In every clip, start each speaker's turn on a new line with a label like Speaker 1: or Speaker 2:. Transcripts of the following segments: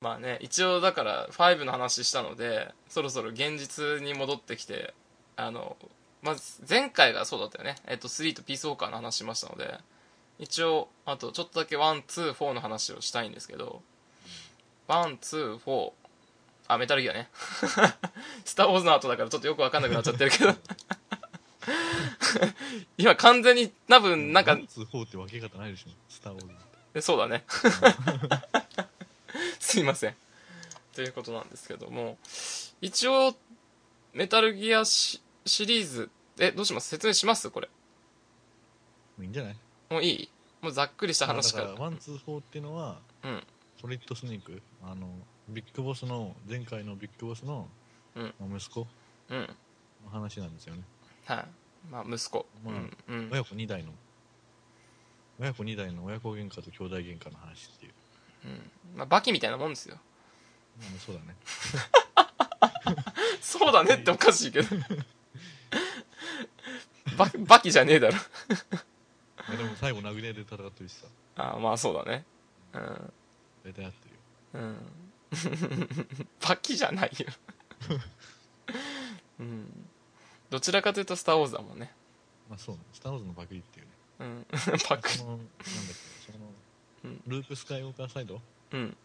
Speaker 1: まあね一応だから5の話したのでそろそろ現実に戻ってきてあのまず前回がそうだったよね、えっと、3とピースウォーカーの話しましたので一応あとちょっとだけ124の話をしたいんですけど124あメタルギアね 「スター・ウォーズ」の後だからちょっとよく分かんなくなっちゃってるけど 今完全に多分なんか
Speaker 2: ワンツーフォーって分け方ないでしょ、スター・ウォーズ。
Speaker 1: えそうだね すいませんということなんですけども一応メタルギアシシリーズえどうします説明しますこれ
Speaker 2: もういいんじゃない
Speaker 1: もういいもうざっくりした話から
Speaker 2: だからワンツーフォーっていうのは、
Speaker 1: うん
Speaker 2: ソリッドスネーク、あの、ビッグボスの、前回のビッグボスの、
Speaker 1: うん
Speaker 2: 息子
Speaker 1: うん
Speaker 2: の話なんですよね。
Speaker 1: はいまあ息子、
Speaker 2: まあ
Speaker 1: うんうん
Speaker 2: 親子2代の、親子2代の親子喧嘩と兄弟喧嘩の話っていう。
Speaker 1: うんまあ、バキみたいなもんですよ
Speaker 2: うんそうだ ね。
Speaker 1: そうだねっておかしい けどババキじゃねえだろ
Speaker 2: いやでも最後殴り合いで戦ってるしさ、
Speaker 1: あまあそうだねうん
Speaker 2: 大体合ってる
Speaker 1: う
Speaker 2: よ。
Speaker 1: ん、バキじゃない よ、うん、どちらかというと「スター・ウォーズ」だもんね、
Speaker 2: まあそうね、スター・ウォーズのパクリっていうね。
Speaker 1: うん、パク
Speaker 2: その、なんだっけ、その
Speaker 1: うん、
Speaker 2: ループ・スカイウォーカーサイド
Speaker 1: うん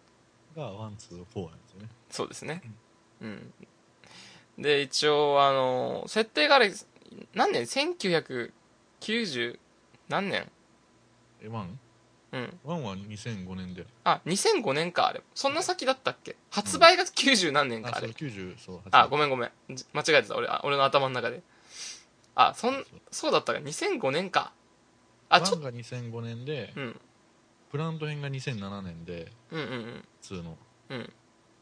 Speaker 2: がワン、ツー、フォーなんですよね。
Speaker 1: そうですねうんで一応あの設定があれ何年1990何年
Speaker 2: え、ワン
Speaker 1: うん
Speaker 2: ワンは2005年で。
Speaker 1: あ2005年かあれそんな先だったっけ発売が90何年かあ
Speaker 2: あ、そ
Speaker 1: れ、
Speaker 2: う、90、そう、
Speaker 1: あごめんごめんじ間違えてた俺あ俺の頭の中であそんそうだったか2005年かあ
Speaker 2: あ、
Speaker 1: ち
Speaker 2: ち
Speaker 1: ょっ
Speaker 2: ょっと。が2005年で
Speaker 1: と、うん
Speaker 2: プラント編が2007年で、
Speaker 1: うんうんうん
Speaker 2: 2の。
Speaker 1: うん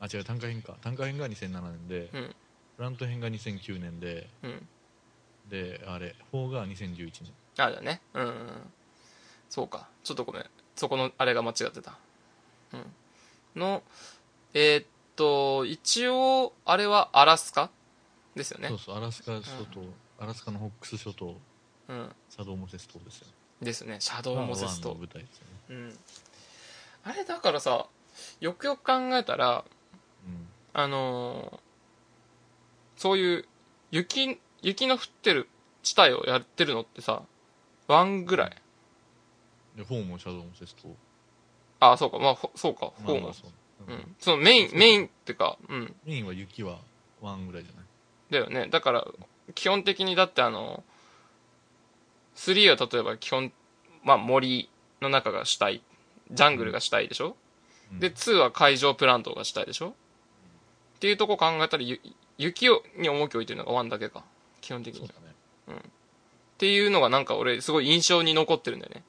Speaker 2: あ、違う、単価編か。単価編が2007年で、
Speaker 1: うん
Speaker 2: プラント編が2009年で、
Speaker 1: うん
Speaker 2: で、あれ、4が2011年。
Speaker 1: ああだねうん、うんうん、そうかちょっとごめんそこのあれが間違ってたうんのえーっと一応あれはアラスカですよね
Speaker 2: そうそう、アラスカ諸島、アラスカのホックス諸島、
Speaker 1: うん
Speaker 2: サドーモセス島ですよね。
Speaker 1: ですねシャドウモセス
Speaker 2: ワン
Speaker 1: と
Speaker 2: の、舞台ですよね。
Speaker 1: うん、あれだからさよくよく考えたら
Speaker 2: うん。
Speaker 1: あのーそういう雪雪の降ってる地帯をやってるのってさワンぐらい
Speaker 2: で、フォーもシャドウモセス島。
Speaker 1: ああそうかまあほそうか
Speaker 2: まあ
Speaker 1: ほう
Speaker 2: ま
Speaker 1: も
Speaker 2: あそう
Speaker 1: う
Speaker 2: うん
Speaker 1: ん、そのメイン、メインってか、うん、
Speaker 2: メインは雪はワンぐらいじゃない
Speaker 1: だよね。だから、基本的にだってあの、3は例えば基本、まあ森の中が主体、ジャングルが主体でしょ、
Speaker 2: うん。
Speaker 1: で、2は海上プラントが主体でしょっていうとこ考えたら、ゆ雪をに重きを置いてるのが1だけか。基本的に
Speaker 2: そう
Speaker 1: は。っ
Speaker 2: だね。
Speaker 1: ていうのがなんか俺、すごい印象に残ってるんだよね。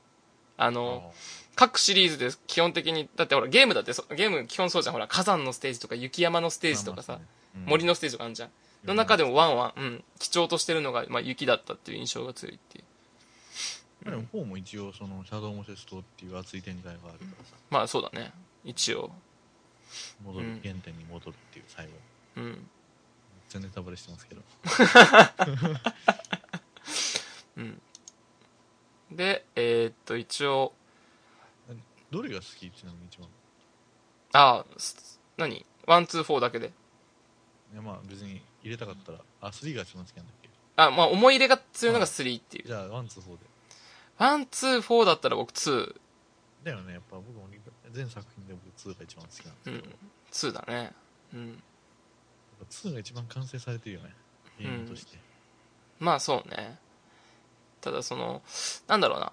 Speaker 1: あの、
Speaker 2: あ
Speaker 1: 各シリーズで基本的に、だってほら、ゲームだってそ、ゲーム基本そうじゃん。ほら、火山のステージとか雪山のステージとかさ、、森
Speaker 2: の
Speaker 1: のステージとかあるじゃん。の中で
Speaker 2: も。
Speaker 1: もワンワン、うん、貴重としてるのが、まあ、雪だったっていう印象が強いっていう。
Speaker 2: まあでもフォーも一応、その、シャドウモセス島っていう熱い展開があるからさ、
Speaker 1: まあそうだね。一応。
Speaker 2: 戻
Speaker 1: う
Speaker 2: る
Speaker 1: ん、
Speaker 2: 原点に戻るっていう最後。めっ
Speaker 1: うん。
Speaker 2: ちゃネタバレしてますけど。
Speaker 1: うん。で、えーっと、一応、
Speaker 2: どれが好きちなみに一番。
Speaker 1: ああ、す何ワン、ツー、フォーだけで。
Speaker 2: いや、まあ別に入れたかったら、あ、3が一番好きなんだっけ
Speaker 1: あ、まあ思い入れが強いのが3っていう。
Speaker 2: じゃあ、ワン、ツー、フォーで。
Speaker 1: ワン、ツー、フォーだったら僕2。
Speaker 2: だよね、やっぱ僕もリ全作品で僕2が一番好きなんです
Speaker 1: う
Speaker 2: けど、
Speaker 1: ん
Speaker 2: やっ。
Speaker 1: 2だね。うん。
Speaker 2: ぱ2が一番完成されてるよね、ゲームとして。
Speaker 1: まあそうね。ただその、なんだろうな。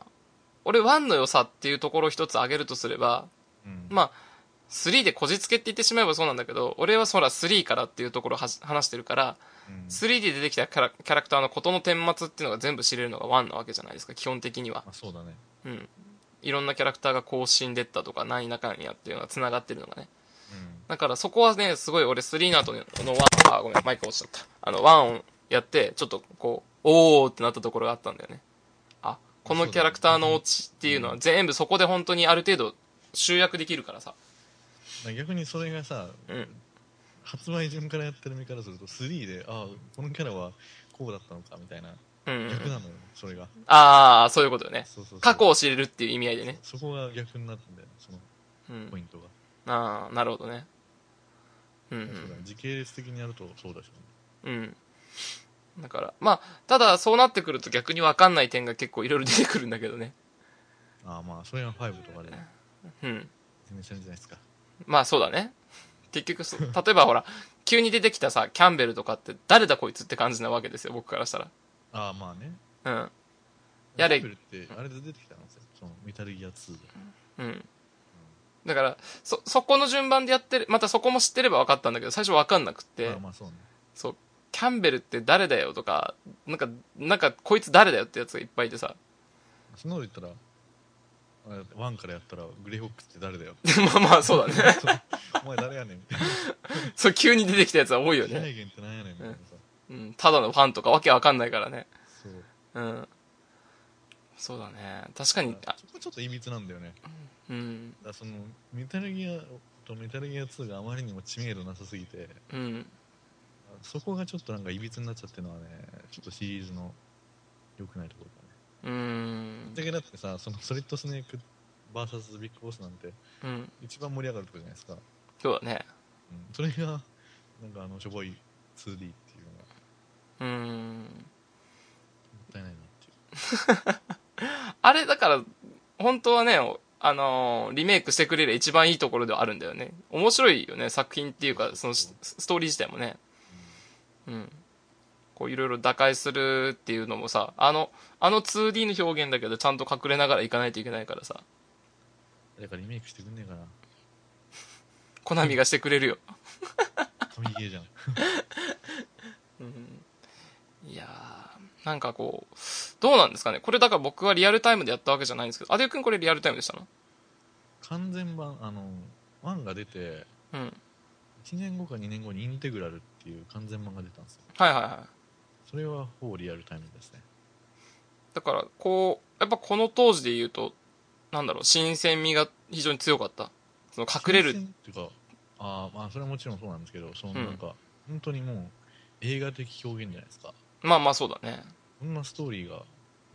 Speaker 1: 俺1の良さっていうところを一つ挙げるとすれば、
Speaker 2: うん。
Speaker 1: まあ、3でこじつけって言ってしまえばそうなんだけど、俺はそら3からっていうところをはし話してるから、
Speaker 2: うん
Speaker 1: 3で出てきたキャラキャラクターのことの顛末っていうのが全部知れるのが1なわけじゃないですか、基本的には
Speaker 2: ま。あそうだね。
Speaker 1: うん。いろんなキャラクターが更新でったとか、何らかんやっていうのが繋がってるのがね。
Speaker 2: うん。
Speaker 1: だからそこはね、すごい俺3の後の1、あ、ごめん、マイク落ちちゃった。あの、1をやって、ちょっとこう、おーってなったところがあったんだよね。あ、このキャラクターのオチっていうのは全部そこで本当にある程度集約できるからさ。
Speaker 2: まあ逆にそれがさ、
Speaker 1: うん。
Speaker 2: 発売順からやってる身からすると3でああこのキャラはこうだったのかみたいな
Speaker 1: ううんうん
Speaker 2: 逆なのよ、それが。
Speaker 1: ああ、そういうことよね。
Speaker 2: そうそうそう
Speaker 1: 過去を知れるっていう意味合いでね。
Speaker 2: そこが逆になったんだよね、その
Speaker 1: うん
Speaker 2: ポイントが。
Speaker 1: ああ、なるほどね。うん、う
Speaker 2: そうだね
Speaker 1: ん。
Speaker 2: 時系列的にやるとそうだし、ね、
Speaker 1: うん。だから、まあ、ただそうなってくると逆に分かんない点が結構いろいろ出てくるんだけどね。
Speaker 2: ああまあ、それが5とかで
Speaker 1: うん。
Speaker 2: 全然するじゃないですか。
Speaker 1: まあそうだね。結局 そう、例えばほら、急に出てきたさ、キャンベルとかって誰だこいつって感じなわけですよ、僕からした
Speaker 2: ああまあね。
Speaker 1: ら。うん。やれ
Speaker 2: ダブルって、あれで出てきたのその、メタルギア2で。
Speaker 1: うん。だから、そ、そこの順番でやってる、またそこも知ってれば分かったんだけど、最初分かんなくって、
Speaker 2: まあまあそうね。
Speaker 1: そう、キャンベルって誰だよとか、なんか、なんか、こいつ誰だよってやつがいっぱいいてさ、
Speaker 2: そんなこと言ったら、あれ1からやったら、グレイホックって誰だよ。
Speaker 1: まあまあ、そうだ ね。
Speaker 2: お前誰やねんみたい
Speaker 1: そう、急に出てきたやつは多いよ
Speaker 2: な。支
Speaker 1: ね。
Speaker 2: 配源ってなんやねんみたいなさ。
Speaker 1: うん、ただのファンとかわけわかんないからね。
Speaker 2: そう。
Speaker 1: うん。そうだね。確かに、あ
Speaker 2: そこちょっといびつなんだよね。だか
Speaker 1: うん、
Speaker 2: らその、メタルギアとメタルギア2があまりにも知名度なさすぎて、
Speaker 1: うん。
Speaker 2: そこがちょっとなんかいびつになっちゃってるのはね、ちょっとシリーズの良くないところだね。
Speaker 1: うーん。
Speaker 2: だけどだってさ、そのソリッドスネーク VS ビッグボスなんて、
Speaker 1: うん。
Speaker 2: 一番盛り上がるとこじゃないですか。
Speaker 1: そうだね。
Speaker 2: うん、それが、なんかあの、しょぼい 2D っていうのが、
Speaker 1: うーん。
Speaker 2: もったいないなっていう。
Speaker 1: あれ、だから、本当はね、おあのーリメイクしてくれりゃ一番いいところではあるんだよね。面白いよね、作品っていうか、そのスストーリー自体もね。うん。こう、いろいろ打開するっていうのもさ、あの、あの 2D の表現だけど、ちゃんと隠れながらいかないといけないからさ、
Speaker 2: だからリメイクしてくんねえかな。
Speaker 1: コナミがしてくれるよ。
Speaker 2: 神ゲーじゃん。
Speaker 1: いやー、なんかこう、どうなんですかね。これだから僕はリアルタイムでやったわけじゃないんですけど、アデュ君これリアルタイムでしたの
Speaker 2: 完全版、あの、1が出て、
Speaker 1: うん。
Speaker 2: 1年後か2年後にインテグラルっていう完全版が出たんですよ。
Speaker 1: はいはいはい。
Speaker 2: それはほぼリアルタイムですね。
Speaker 1: だから、こう、やっぱこの当時で言うと、なんだろう、新鮮味が非常に強かった。その隠れる。
Speaker 2: 新鮮っていうか、ああ、まあそれはもちろんそうなんですけど、その
Speaker 1: うん
Speaker 2: なんか、本当にもう映画的表現じゃないですか。
Speaker 1: まあまあそうだね。
Speaker 2: こんなストーリーが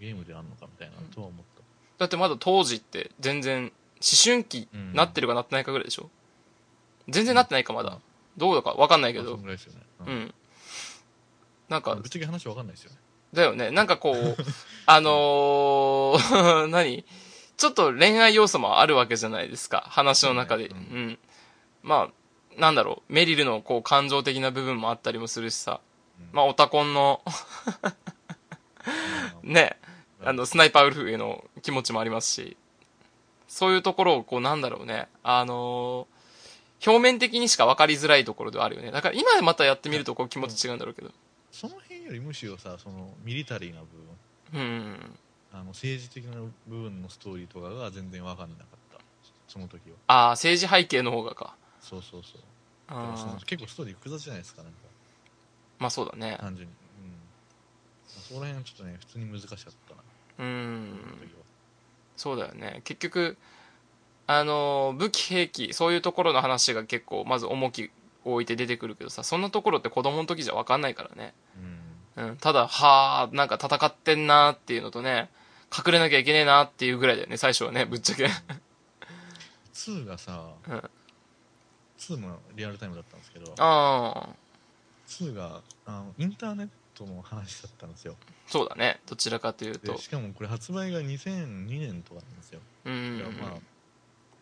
Speaker 2: ゲームであんのかみたいなとは思った。
Speaker 1: だってまだ当時って全然、思春期
Speaker 2: うん
Speaker 1: なってるかなってないかぐらいでしょ全然なってないかまだ。どうだかわかんないけ
Speaker 2: まあそ
Speaker 1: ど
Speaker 2: ん。ぐらいですよね。う
Speaker 1: うんん。なんか
Speaker 2: ぶっ、ちゃけ話わかんないですよね。
Speaker 1: だよね。なんかこ う、あのー、 何ちょっと恋愛要素もあるわけじゃないですか。話の中で。う。
Speaker 2: うん
Speaker 1: まあ、なんだろう。メリルのこう感情的な部分もあったりもするしさ。まあ、オタコンの、
Speaker 2: うん
Speaker 1: ね、あの、スナイパーウルフへの気持ちもありますし、そういうところを、こう、なんだろうね、あのー表面的にしか分かりづらいところではあるよね。だから今またやってみると、こう、気持ち違うんだろうけど。
Speaker 2: その辺よりむしろさ、そのミリタリーな部分、
Speaker 1: うん。
Speaker 2: あの政治的な部分のストーリーとかが全然わかんなかった。その時は。
Speaker 1: ああ、政治背景の方がか。
Speaker 2: そうそうそう。だからその
Speaker 1: あー
Speaker 2: 結構ストーリー複雑じゃないですか、なんか、
Speaker 1: まあそうだね。
Speaker 2: 単純に。うん。まあそこら辺はちょっとね、普通に難しかったな、
Speaker 1: う
Speaker 2: その
Speaker 1: ん。
Speaker 2: 時は。
Speaker 1: そうだよね。結局、あのー武器兵器、そういうところの話が結構、まず重きを置いて出てくるけどさ、そんなところって子供の時じゃ分かんないからね。
Speaker 2: うん。
Speaker 1: うん、ただ、はあ、なんか戦ってんなーっていうのとね、隠れなきゃいけねえなーっていうぐらいだよね、最初はね、ぶっちゃけ。
Speaker 2: 2がさ、
Speaker 1: うん
Speaker 2: 2もリアルタイムだったんですけど、
Speaker 1: ああ、
Speaker 2: 2があのインターネットの話だったんですよ
Speaker 1: そうだね、どちらかというと
Speaker 2: で。しかもこれ発売が2002年とかなんですよ、
Speaker 1: う
Speaker 2: だ
Speaker 1: ん
Speaker 2: から。まあ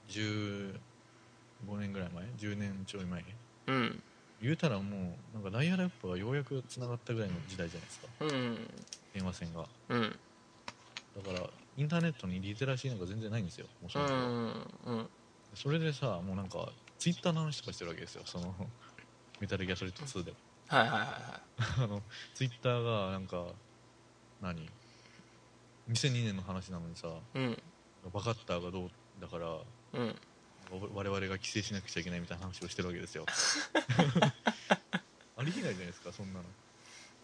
Speaker 2: 15年ぐらい前10年ちょい前
Speaker 1: うん。
Speaker 2: 言うたらもうなんかダイヤルアップがようやく繋がったぐらいの時代じゃないですか
Speaker 1: うん。
Speaker 2: 電話線が
Speaker 1: うん。
Speaker 2: だからインターネットにリテラシーなんか全然ないんですよもち
Speaker 1: う
Speaker 2: ろん
Speaker 1: ん。うん。
Speaker 2: それでさもうなんかツイッターの話とかしてるわけですよそのメタルギアソリッド2でも
Speaker 1: はいはいはいは
Speaker 2: あのツイッターがなんか何2002年の話なのにさ
Speaker 1: い。うん。
Speaker 2: バカッターがどうだからわ
Speaker 1: うん。
Speaker 2: 我々が規制しなくちゃいけないみたいな話をしてるわけ ですよありえないじゃないですかそんなの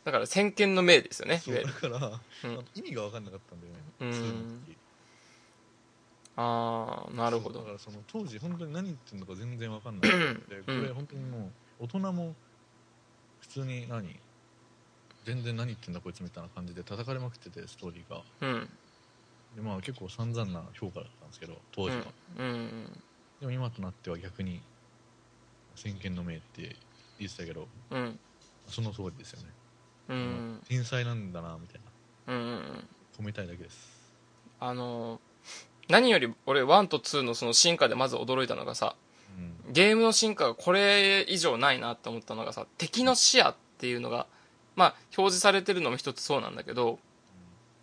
Speaker 1: だから先見の明ですよね、い
Speaker 2: そう
Speaker 1: わゆ
Speaker 2: だ
Speaker 1: る。
Speaker 2: から、
Speaker 1: うん
Speaker 2: あの意味が分かんなかったんだよね、
Speaker 1: うん
Speaker 2: そういうの時
Speaker 1: ああ、なるほ
Speaker 2: そう
Speaker 1: ど。
Speaker 2: だからその当時本当に何言ってるのか全然分か んないでこれ本当にもう大人も普通に何全然何言ってんだこいつみたいな感じで叩かれまくっててストーリーが
Speaker 1: うん
Speaker 2: でまあ結構散々な評価だったんですけど当
Speaker 1: う
Speaker 2: 時は、
Speaker 1: んうん
Speaker 2: でも今となっては逆に先見の明って言ってたけど
Speaker 1: うん
Speaker 2: その通りですよね、
Speaker 1: うんうん
Speaker 2: 天才なんだなみたいな
Speaker 1: うんうん
Speaker 2: 褒めたいだけです
Speaker 1: あの何より俺1と2のその進化でまず驚いたのがさ
Speaker 2: うん
Speaker 1: ゲームの進化がこれ以上ないなって思ったのがさ敵の視野っていうのがまあ表示されてるのも一つそうなんだけど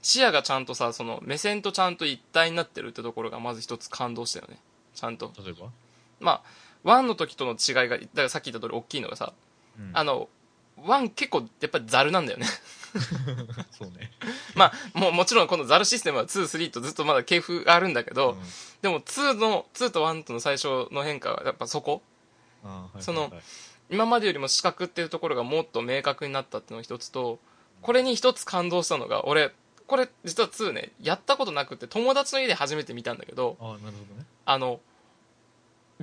Speaker 1: 視野がちゃんとさその目線とちゃんと一体になってるってところがまず一つ感動したよねちゃんと
Speaker 2: 例えば、
Speaker 1: まあ1の時との違いがだからさっき言った通り大きいのがさ
Speaker 2: うん
Speaker 1: あの1結構やっぱりザルなんだよね
Speaker 2: そうね、
Speaker 1: まあもうもちろんこのザルシステムは23とずっとまだ系譜があるんだけど、
Speaker 2: うん
Speaker 1: でも2の2と1との最初の変化はやっぱそこ
Speaker 2: あーはい
Speaker 1: その
Speaker 2: はいはい
Speaker 1: 今までよりも視覚っていうところがもっと明確になったっていうのが一つとこれに一つ感動したのが俺これ実は2ねやったことなくて友達の家で初めて見たんだけど
Speaker 2: あーなるほどね
Speaker 1: あの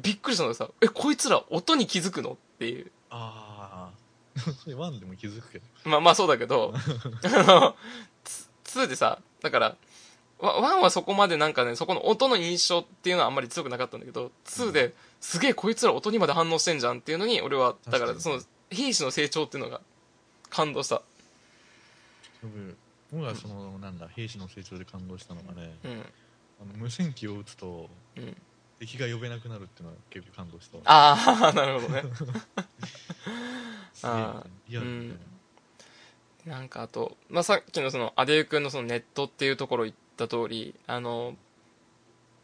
Speaker 1: びっくりしたのがさ「えこいつら音に気づくの?」っていう
Speaker 2: ああ それワンでも気づくけど
Speaker 1: まあまあそうだけ どあのつ2でさだからわ1はそこまでなんかねそこの音の印象っていうのはあんまり強くなかったんだけど2ですげえこいつら音にまで反応してんじゃんっていうのに俺はだから
Speaker 2: 確
Speaker 1: そ
Speaker 2: かに
Speaker 1: の兵士の成長っていうのが感動した
Speaker 2: 僕僕はそのなんだ兵士の成長で感動したのがね、
Speaker 1: うん
Speaker 2: あの無線機を撃つと
Speaker 1: うん
Speaker 2: 敵が呼べなくなるっていうのは結構感動した
Speaker 1: ああ なるほどね
Speaker 2: すげえ
Speaker 1: あ
Speaker 2: リアルみたいな
Speaker 1: なんかあと、まあ、さっきのそのアデュー君のそのネットっていうところ言った通りあの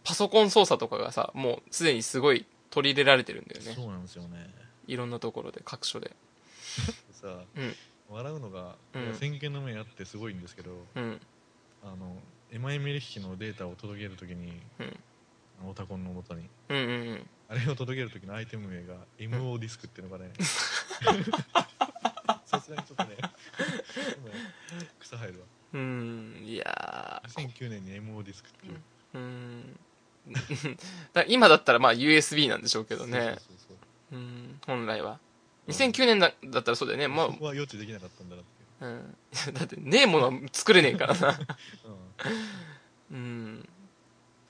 Speaker 1: パソコン操作とかがさもうすでにすごい取り入れられてるんだよね
Speaker 2: そうなんですよね
Speaker 1: いろんなところで各所で
Speaker 2: さ、
Speaker 1: うん
Speaker 2: 笑うのが、
Speaker 1: うん
Speaker 2: いや先見の目あってすごいんですけど
Speaker 1: うん
Speaker 2: あのエマエメリヒのデータを届けるときに
Speaker 1: うん
Speaker 2: あのオタコンの元に
Speaker 1: うんうんうん
Speaker 2: あれを届けるときのアイテム名が MO ディスクっていうのがねさすがにちょっとね今草生えるわ
Speaker 1: うんいや
Speaker 2: 2009年に MO ディスクっていう
Speaker 1: ーうんだから今だったらまあ USB なんでしょうけどね
Speaker 2: そうそうそ
Speaker 1: う
Speaker 2: う
Speaker 1: ん本来は2009年だだったらそうだよね
Speaker 2: そう
Speaker 1: ま
Speaker 2: そこは予知できなかったんだなってい
Speaker 1: あ、うん、だってねえものは作れねえからな
Speaker 2: う、うん
Speaker 1: うん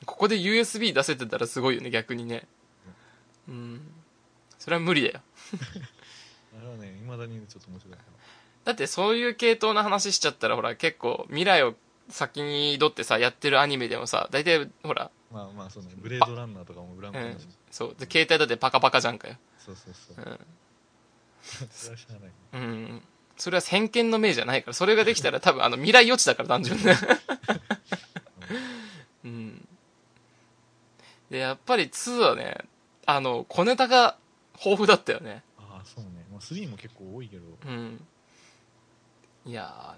Speaker 1: ここで USB 出せてたらすごいよね逆にねうんそれは無理だよ
Speaker 2: あれはね、いまだにちょっと面白いか
Speaker 1: だってそういう系統の話しちゃったらほら結構未来を先に取ってさやってるアニメでもさ大体ほら、
Speaker 2: な。まあまあ、そうね、ブレードランナーとかもブラン
Speaker 1: う
Speaker 2: コ
Speaker 1: ん
Speaker 2: だし、
Speaker 1: そうで携帯だってパカパカじゃんかよ
Speaker 2: そうそうそう
Speaker 1: う。ん
Speaker 2: それは知らないね。
Speaker 1: うんそれは先見の明じゃないからそれができたら多分あの未来予知だから単 純ねうんでやっぱり2はねあの小ネタが豊富だったよね
Speaker 2: ああ、そうね。まあ、3も結構多いけど、
Speaker 1: うん、いや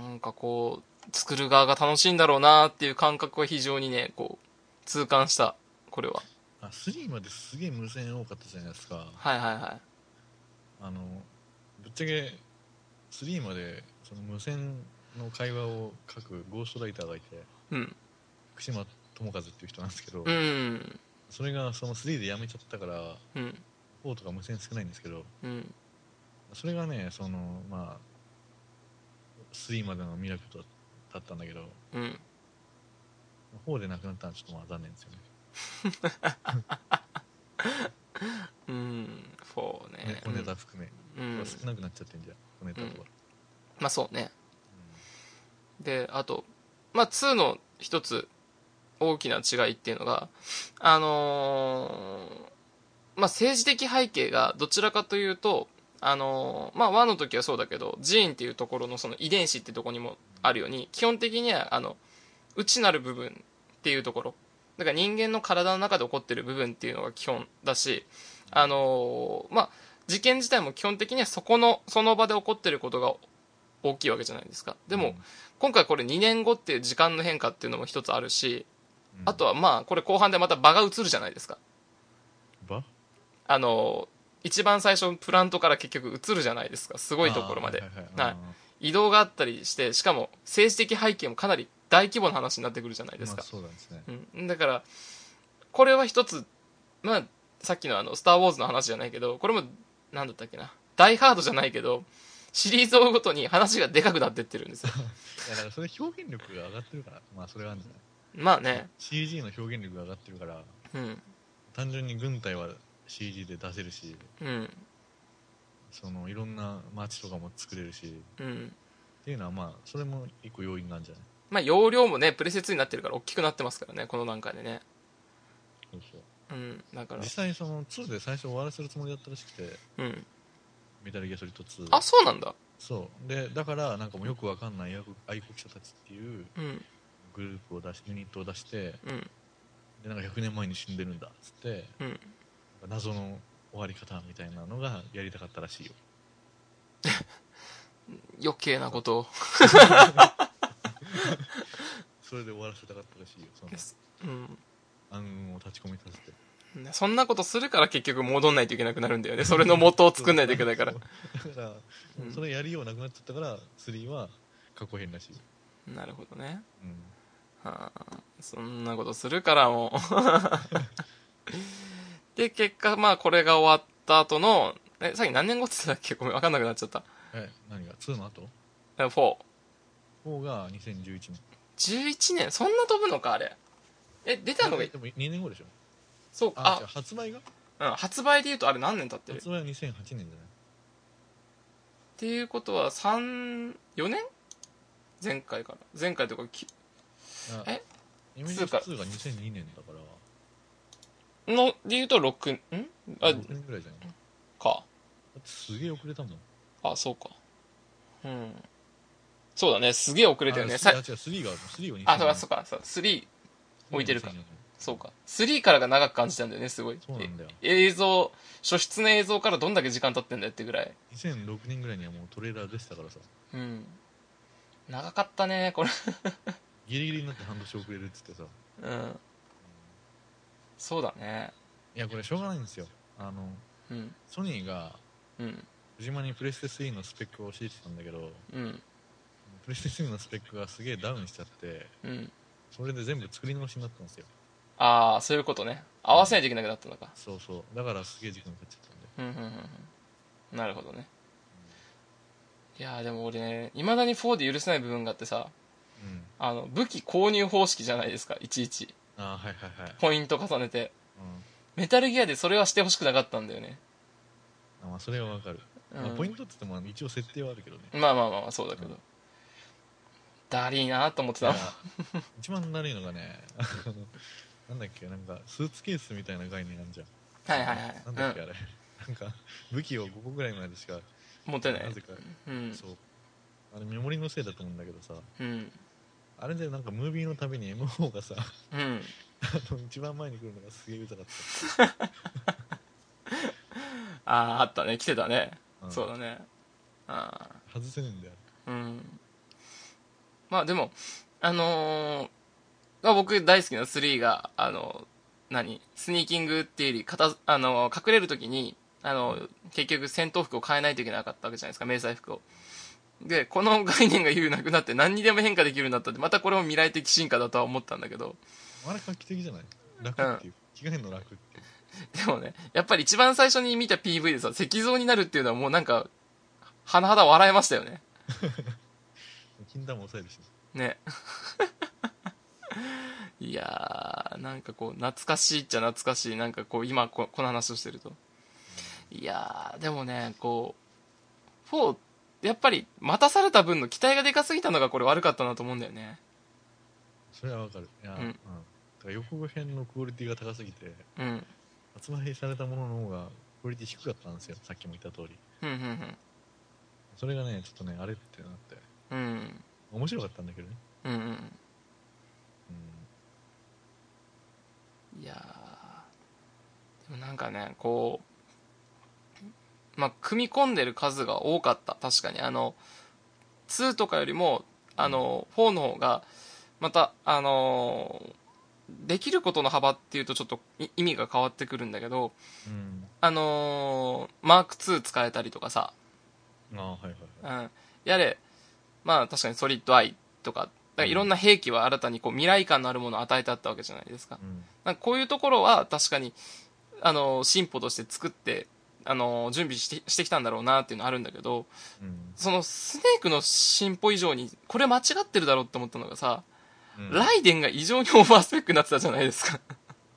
Speaker 1: ーなんかこう作る側が楽しいんだろうなーっていう感覚は非常にねこう痛感したこれは
Speaker 2: あ、3まですげえ無線多かったじゃないですか。
Speaker 1: はいはいは
Speaker 2: あの、ぶっちゃけ、3まで、その無線の会話を書くゴーストライターがいて、
Speaker 1: いうん
Speaker 2: 福島智和っていう人なんですけど、
Speaker 1: うん
Speaker 2: それがその3で辞めちゃったから、
Speaker 1: うん
Speaker 2: 4とか無線少ないんですけど、
Speaker 1: うん
Speaker 2: それがね、その、まあ、3までのミラクルだったんだけど、
Speaker 1: うん
Speaker 2: 方でなくなったのはちょっとまあ残念ですよね。
Speaker 1: うんそうね
Speaker 2: 小ネタ含め、
Speaker 1: うん、うん
Speaker 2: 少なくなっちゃってんじゃん、小ネタとか。
Speaker 1: まあそうねであとまあ2の一つ大きな違いっていうのがあのーまあ政治的背景がどちらかというとあのーまあ1の時はそうだけどジーンっていうところのその遺伝子ってとこにもあるように基本的にはあの内なる部分っていうところだから人間の体の中で起こってる部分っていうのが基本だしあのーまあ事件自体も基本的にはそこのその場で起こってることが大きいわけじゃないですかでも、今回これ2年後っていう時間の変化っていうのも一つあるし、
Speaker 2: うん
Speaker 1: あと、はまあこれ後半でまた場が移るじゃないですか
Speaker 2: 場す
Speaker 1: あの一番最初のプラントから結局移るじゃないですかすごいところまで、
Speaker 2: はいはい
Speaker 1: はい
Speaker 2: あ
Speaker 1: 移動があったりしてしかも政治的背景もかなり大規模な話になってくるじゃない
Speaker 2: ー
Speaker 1: です
Speaker 2: まあ
Speaker 1: か、
Speaker 2: そうなんですね。
Speaker 1: うん、だからこれは一つまあさっきのあの「スター・ウォーズ」の話じゃないけどこれもなんだったっけな「ダイ・ハード」じゃないけどシリーズを追うごとに話がでかくなってってるん ですよ
Speaker 2: いやだからそれ表現力が上がってるからまあそれはあるんじゃない
Speaker 1: まあね
Speaker 2: CG の表現力が上がってるから
Speaker 1: うん
Speaker 2: 単純に軍隊は CG で出せるし
Speaker 1: うん
Speaker 2: そのいろんな街とかも作れるしっ
Speaker 1: うん
Speaker 2: ていうのはまあそれも一個要因なんじゃない
Speaker 1: まあ容量もねプレセ2になってるから大きくなってますからねこの段階でね
Speaker 2: そうそう
Speaker 1: うんだから
Speaker 2: 実際その2で最初終わらせるつもりだったらしくて
Speaker 1: うん
Speaker 2: メタルギアソリッド2
Speaker 1: あそうなんだ
Speaker 2: そうでだからなんかもうよくわかんない愛国愛国者たちっていう
Speaker 1: うん
Speaker 2: グループを出しユニットを出して
Speaker 1: うん
Speaker 2: でなんか100年前に死んでるんだっつって
Speaker 1: うん
Speaker 2: 謎の終わり方みたいなのがやりたかったらしいよ
Speaker 1: 余計なことを
Speaker 2: それで終わらせたかったらしいよその
Speaker 1: うん
Speaker 2: 暗雲を立ち込みさせて
Speaker 1: ねそんなことするから結局戻んないといけなくなるんだよねそれの元を作んないといけないから
Speaker 2: そうだから、
Speaker 1: うん
Speaker 2: それやりようなくなっちゃったから3は過去編らしいよ、
Speaker 1: なるほどね
Speaker 2: うん、
Speaker 1: はあ、そんなことするからもう で結果まあこれが終わった後のえさっき何年後って言ってたっけごめん分かんなくなっちゃった
Speaker 2: え何が2の後
Speaker 1: え411
Speaker 2: 4が2011年
Speaker 1: 年そんな飛ぶのかあれえ出たのが
Speaker 2: でも2年後でしょ
Speaker 1: そうか
Speaker 2: あじゃあ発売が
Speaker 1: あ、うん、発売で言うとあれ何年経ってるっ
Speaker 2: 発売は2008年じゃない
Speaker 1: ていうことは34年前回から前回とかき
Speaker 2: あ
Speaker 1: え
Speaker 2: イメージ
Speaker 1: 2から
Speaker 2: 2が2002年だから
Speaker 1: ので言うと6んあ
Speaker 2: 6年ぐらいじゃないだ
Speaker 1: か
Speaker 2: ってすげえ遅れたもん
Speaker 1: あそうかうんそうだねすげえ遅れたよね
Speaker 2: あ
Speaker 1: さ
Speaker 2: あ違う3があるの3は2000
Speaker 1: あ、そうか、そうか、そう、3、置いてるか
Speaker 2: 2000年
Speaker 1: そうか。3からが長く感じたんだよね、すごい。
Speaker 2: そうなんだよ
Speaker 1: え映像、初出の映像からどんだけ時間経ってんだよってぐらい。
Speaker 2: 2006年ぐらいにはもうトレーラー出てたからさ
Speaker 1: うん。長かったね、これ。
Speaker 2: ギリギリになって半年遅れるっつってさ
Speaker 1: うん。そうだね。
Speaker 2: いやこれしょうがないんですよあの
Speaker 1: うん。
Speaker 2: ソニーが
Speaker 1: うん。
Speaker 2: 藤間にプレステ3のスペックを教えてたんだけど
Speaker 1: うん。
Speaker 2: プレステ3のスペックがすげえダウンしちゃって
Speaker 1: うん。
Speaker 2: それで全部作り直しになったんですよ
Speaker 1: ああ、そういうことね。合わせないといけなくなったのか。
Speaker 2: そうそうだからすげえ時間かかっちゃったんで
Speaker 1: うん、うん、うんうん。なるほどね。いやーでも俺ね、未だに4で許せない部分があってさ、
Speaker 2: うん
Speaker 1: あの、武器購入方式じゃないですか、いちいち。
Speaker 2: ああはいはいはい、
Speaker 1: ポイント重ねて。
Speaker 2: う
Speaker 1: メタルギアでそれはしてほしくなかったんだよね。
Speaker 2: んあまあ、それはわかる、
Speaker 1: うん
Speaker 2: まあ、ポイントって言ってもあの一応設定はあるけどね
Speaker 1: まあまあまあまあ、そうだけど。
Speaker 2: うん
Speaker 1: だりーなと思ってたもん。
Speaker 2: いや 一番悪いのがね あのなんだっけなんかスーツケースみたいな概念なんじゃん
Speaker 1: はいはい
Speaker 2: なん
Speaker 1: は
Speaker 2: だっ
Speaker 1: い
Speaker 2: け。あれ、なんか武器を5個ぐらいまでしか
Speaker 1: うん。持てない
Speaker 2: な。ぜか、
Speaker 1: うん。
Speaker 2: そうあれメモリのせいだと思うんだけどさ
Speaker 1: うん。
Speaker 2: あれでなんかムービーのたびに MO がさ
Speaker 1: うん。
Speaker 2: あの一番前に来るのがすげえうざかっ
Speaker 1: ああ、あったね。来てたね。
Speaker 2: た、ん
Speaker 1: そうだね。あ
Speaker 2: 外せねえんだよ
Speaker 1: あ。うん。まあでも、あのーまあ、僕大好きな3が、あの何スニーキングっていうより、かた、あの隠れるときに、あの結局戦闘服を変えないといけなかったわけじゃないですか、迷彩服を。で、この概念が言うなくなって何にでも変化できるようになったって、またこれも未来的進化だとは思ったんだけど、
Speaker 2: あれ画期的じゃない楽っていう、着替えんの楽ってい
Speaker 1: で
Speaker 2: う
Speaker 1: もね、やっぱり一番最初に見た PV でさ、石像になるっていうのはもうなんか、甚だ笑えましたよね。
Speaker 2: 禁断も抑えるし
Speaker 1: ね。 いやー、なんかこう、懐かしいっちゃ懐かしい。なんかこう、今こ、この話をしてると。いやー、でもね、こう、4、やっぱり待たされた分の期待がでかすぎたのがこれ悪かったなと思うんだよね。
Speaker 2: それはわかるいや
Speaker 1: うん
Speaker 2: だから横編のクオリティが高すぎて
Speaker 1: うん。
Speaker 2: 発売されたものの方がクオリティ低かったんですよさっきも言った通り
Speaker 1: うん、うん、
Speaker 2: それがねちょっとねあれってなって
Speaker 1: うん。うん。
Speaker 2: 面白かったんだけどね
Speaker 1: うん、うん。
Speaker 2: う
Speaker 1: いやーでもなんかねこうまあ組み込んでる数が多かった確かにあの2とかよりもあの4の方がまたあのーできることの幅っていうとちょっとい意味が変わってくるんだけど
Speaker 2: ん、
Speaker 1: あのーマーク2使えたりとかさ、
Speaker 2: うん、ああはいはい
Speaker 1: うん
Speaker 2: はい、
Speaker 1: やれまあ確かにソリッドアイとかだからいろんな兵器は新たにこう未来感のあるものを与えてあったわけじゃないですか
Speaker 2: うん
Speaker 1: なんかこういうところは確かにあの進歩として作ってあの準備してしてきたんだろうなっていうのあるんだけど
Speaker 2: うん
Speaker 1: そのスネークの進歩以上にこれ間違ってるだろうって思ったのがさ、
Speaker 2: うん
Speaker 1: ライデンが異常にオーバースペックになってたじゃないですか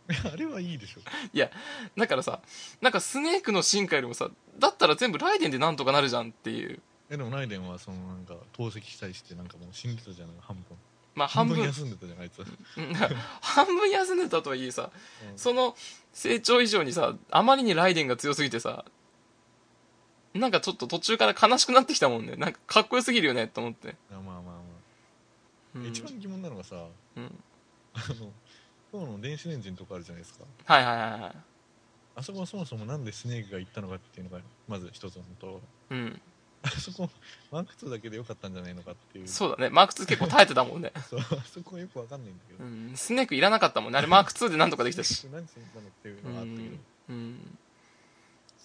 Speaker 2: あれはいいでしょ
Speaker 1: だからさなんかスネークの進化よりもさだったら全部ライデンでなんとかなるじゃんっていう
Speaker 2: えでもライデンはそのなんか透析したりしてなんかもう死んでたじゃない半分
Speaker 1: まあ半分
Speaker 2: 休んでたじゃんあ いつは、
Speaker 1: うん半分休んでたとはいえさ
Speaker 2: うん
Speaker 1: その成長以上にさあまりにライデンが強すぎてさなんかちょっと途中から悲しくなってきたもんねなんかかっこよすぎるよねと思って、
Speaker 2: まあまあまあ、ま
Speaker 1: う
Speaker 2: あ
Speaker 1: ん
Speaker 2: 一番疑問なのがさ
Speaker 1: うん
Speaker 2: あの今日の電子レンジのとこあるじゃないですか
Speaker 1: はいはいはいはい
Speaker 2: あそこはそもそもなんでスネークが行ったのかっていうのがまず一つのと
Speaker 1: うん、
Speaker 2: あそこマーク2だけでよかったんじゃないのかっていう
Speaker 1: そうだねマーク2結構耐えてたもんね、
Speaker 2: そうあそこはよくわかんないんだけど、
Speaker 1: うん、スネークいらなかったもんねあれマーク2でなんとかできた し
Speaker 2: スネーク何しに行ったのっていうのがあったけど、
Speaker 1: うん、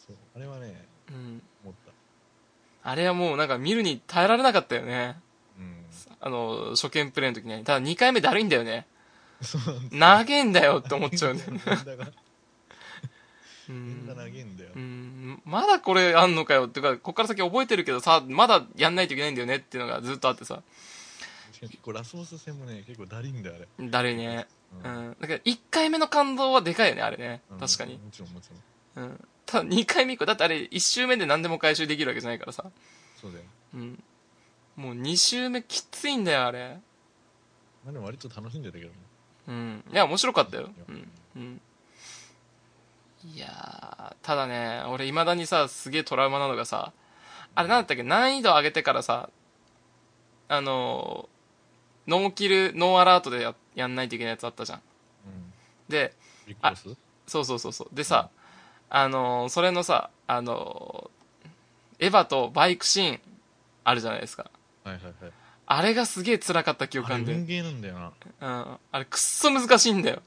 Speaker 2: そうあれはね
Speaker 1: うん、
Speaker 2: 思った
Speaker 1: あれはもうなんか見るに耐えられなかったよね
Speaker 2: うん
Speaker 1: あの初見プレイの時にただ2回目だるいんだよね
Speaker 2: そうなん
Speaker 1: 長えんだよって思っちゃうんだよね、
Speaker 2: だよね
Speaker 1: う
Speaker 2: み
Speaker 1: ん
Speaker 2: んな長いんだよ、
Speaker 1: うんまだこれあんのかよってかこっから先覚えてるけどさまだやんないといけないんだよねっていうのがずっとあってさ
Speaker 2: しかも結構ラスボス戦もね結構だりんだよあれ、
Speaker 1: だるいねう
Speaker 2: うん
Speaker 1: んだから1回目の感動はでかいよねあれね確かに
Speaker 2: もちろんもちろん
Speaker 1: うんただ2回目以降だってあれ1周目で何でも回収できるわけじゃないからさ
Speaker 2: そうだよ
Speaker 1: うんもう2周目きついんだよあれ
Speaker 2: まあでも割と楽しんでたけどね
Speaker 1: うんいや面白かったよう
Speaker 2: うん
Speaker 1: んうんいやーただね俺いまだにさすげえトラウマなのがさあれなんだったっけ難易度上げてからさあのーノーキルノーアラートでややんないといけないやつあったじゃん
Speaker 2: うん
Speaker 1: で
Speaker 2: ビッグボス
Speaker 1: そうそうそうそうでさあのーそれのさあのーエヴァとバイクシーンあるじゃないですか
Speaker 2: はいはいはい
Speaker 1: あれがすげえ辛かった記憶な
Speaker 2: あれ
Speaker 1: んで
Speaker 2: 運ゲーなんだよな
Speaker 1: うん、あれくっそ難しいんだよ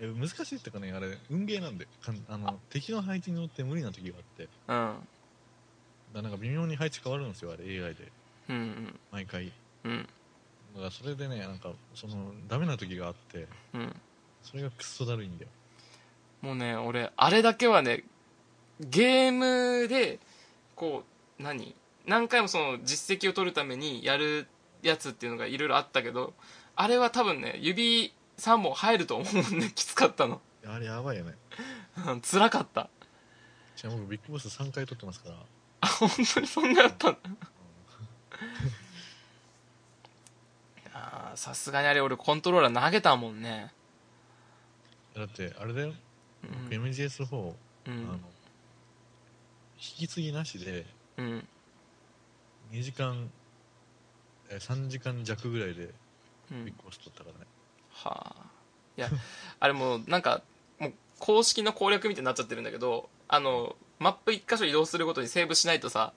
Speaker 2: え難しいってかねあれ運ゲーなんでかんあの敵の配置によって無理な時があってだか
Speaker 1: うん
Speaker 2: らなんか微妙に配置変わるんですよあれ AI で
Speaker 1: うん
Speaker 2: 毎回
Speaker 1: うんうん
Speaker 2: だからそれでねなんかそのダメな時があって
Speaker 1: うん
Speaker 2: それがクソだるいんだよ
Speaker 1: もうね俺あれだけはねゲームでこう何何回もその実績を取るためにやるやつっていうのがいろいろあったけどあれは多分ね指3本入ると思うんできつかったの
Speaker 2: あれやばいよね
Speaker 1: うん辛かった
Speaker 2: しかも僕ビッグボス3回取ってますから
Speaker 1: あ本当にそんなや ったんだあーさすがにあれ俺コントローラー投げたもんね
Speaker 2: だってあれだよ、
Speaker 1: う
Speaker 2: 僕
Speaker 1: ん
Speaker 2: MGS4、
Speaker 1: う
Speaker 2: あの
Speaker 1: ん
Speaker 2: 引き継ぎなしで
Speaker 1: うん
Speaker 2: 2時間え3時間弱ぐらいで
Speaker 1: う
Speaker 2: ビッ
Speaker 1: ん
Speaker 2: グボス取ったからね、
Speaker 1: はあいや あれもうなんかもう公式の攻略みたいになっちゃってるんだけどあのマップ一箇所移動するごとにセーブしないとさ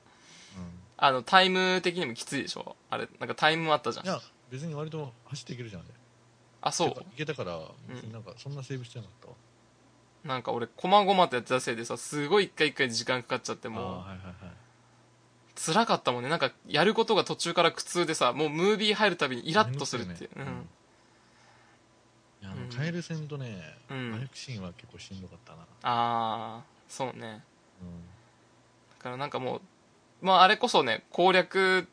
Speaker 1: あのタイム的にもきついでしょあれなんかタイムもあったじゃ
Speaker 2: い
Speaker 1: ん
Speaker 2: や別に割と走っていけるじゃんあれ
Speaker 1: あそ
Speaker 2: てか
Speaker 1: う
Speaker 2: いけたから
Speaker 1: ん
Speaker 2: 別になんかそんなセーブしてなかったわ、
Speaker 1: なんか俺こまごまとやってたせいでさすごい一回一回時間かかっちゃって
Speaker 2: ああ
Speaker 1: もう
Speaker 2: はいはいはい
Speaker 1: 辛かったもんねなんかやることが途中から苦痛でさもうムービー入るたびにイラッとするっていう、
Speaker 2: 眠たいよねうんいやあの
Speaker 1: うん
Speaker 2: カエル戦とね、
Speaker 1: うん
Speaker 2: バイクシーンは結構しんどかったな、
Speaker 1: ああそうね
Speaker 2: う
Speaker 1: だからなんかもう、まああれこそね、攻略、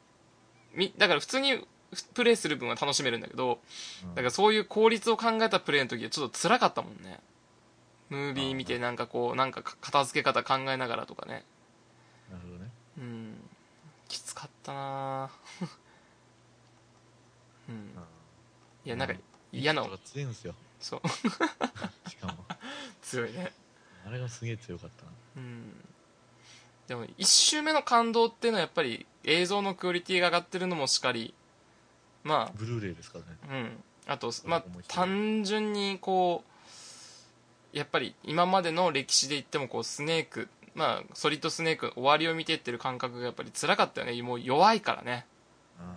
Speaker 1: み、だから普通にふプレイする分は楽しめるんだけど、
Speaker 2: ん、
Speaker 1: だからそういう効率を考えたプレイの時はちょっと辛かったもんね。ムービー見てなんかこう、なんかか片付け方考えながらとかね。
Speaker 2: なるほどね
Speaker 1: うん。きつかったなぁ うん。いや、なんか嫌な
Speaker 2: 人、が強いんですよ
Speaker 1: そう、
Speaker 2: しかも
Speaker 1: 強いね。
Speaker 2: あれがすげえ強かったな
Speaker 1: うん。でも、一周目の感動っていうのはやっぱり映像のクオリティが上がってるのもしかり、まあ、
Speaker 2: ブルーレイですからね
Speaker 1: うん、あと
Speaker 2: そ、れ
Speaker 1: ま
Speaker 2: は
Speaker 1: あ
Speaker 2: 思い切、り
Speaker 1: 単純にこうやっぱり今までの歴史で言ってもこうスネーク、まあ、ソリッドスネーク終わりを見ていってる感覚がやっぱり辛かったよねもう弱いからね、
Speaker 2: あ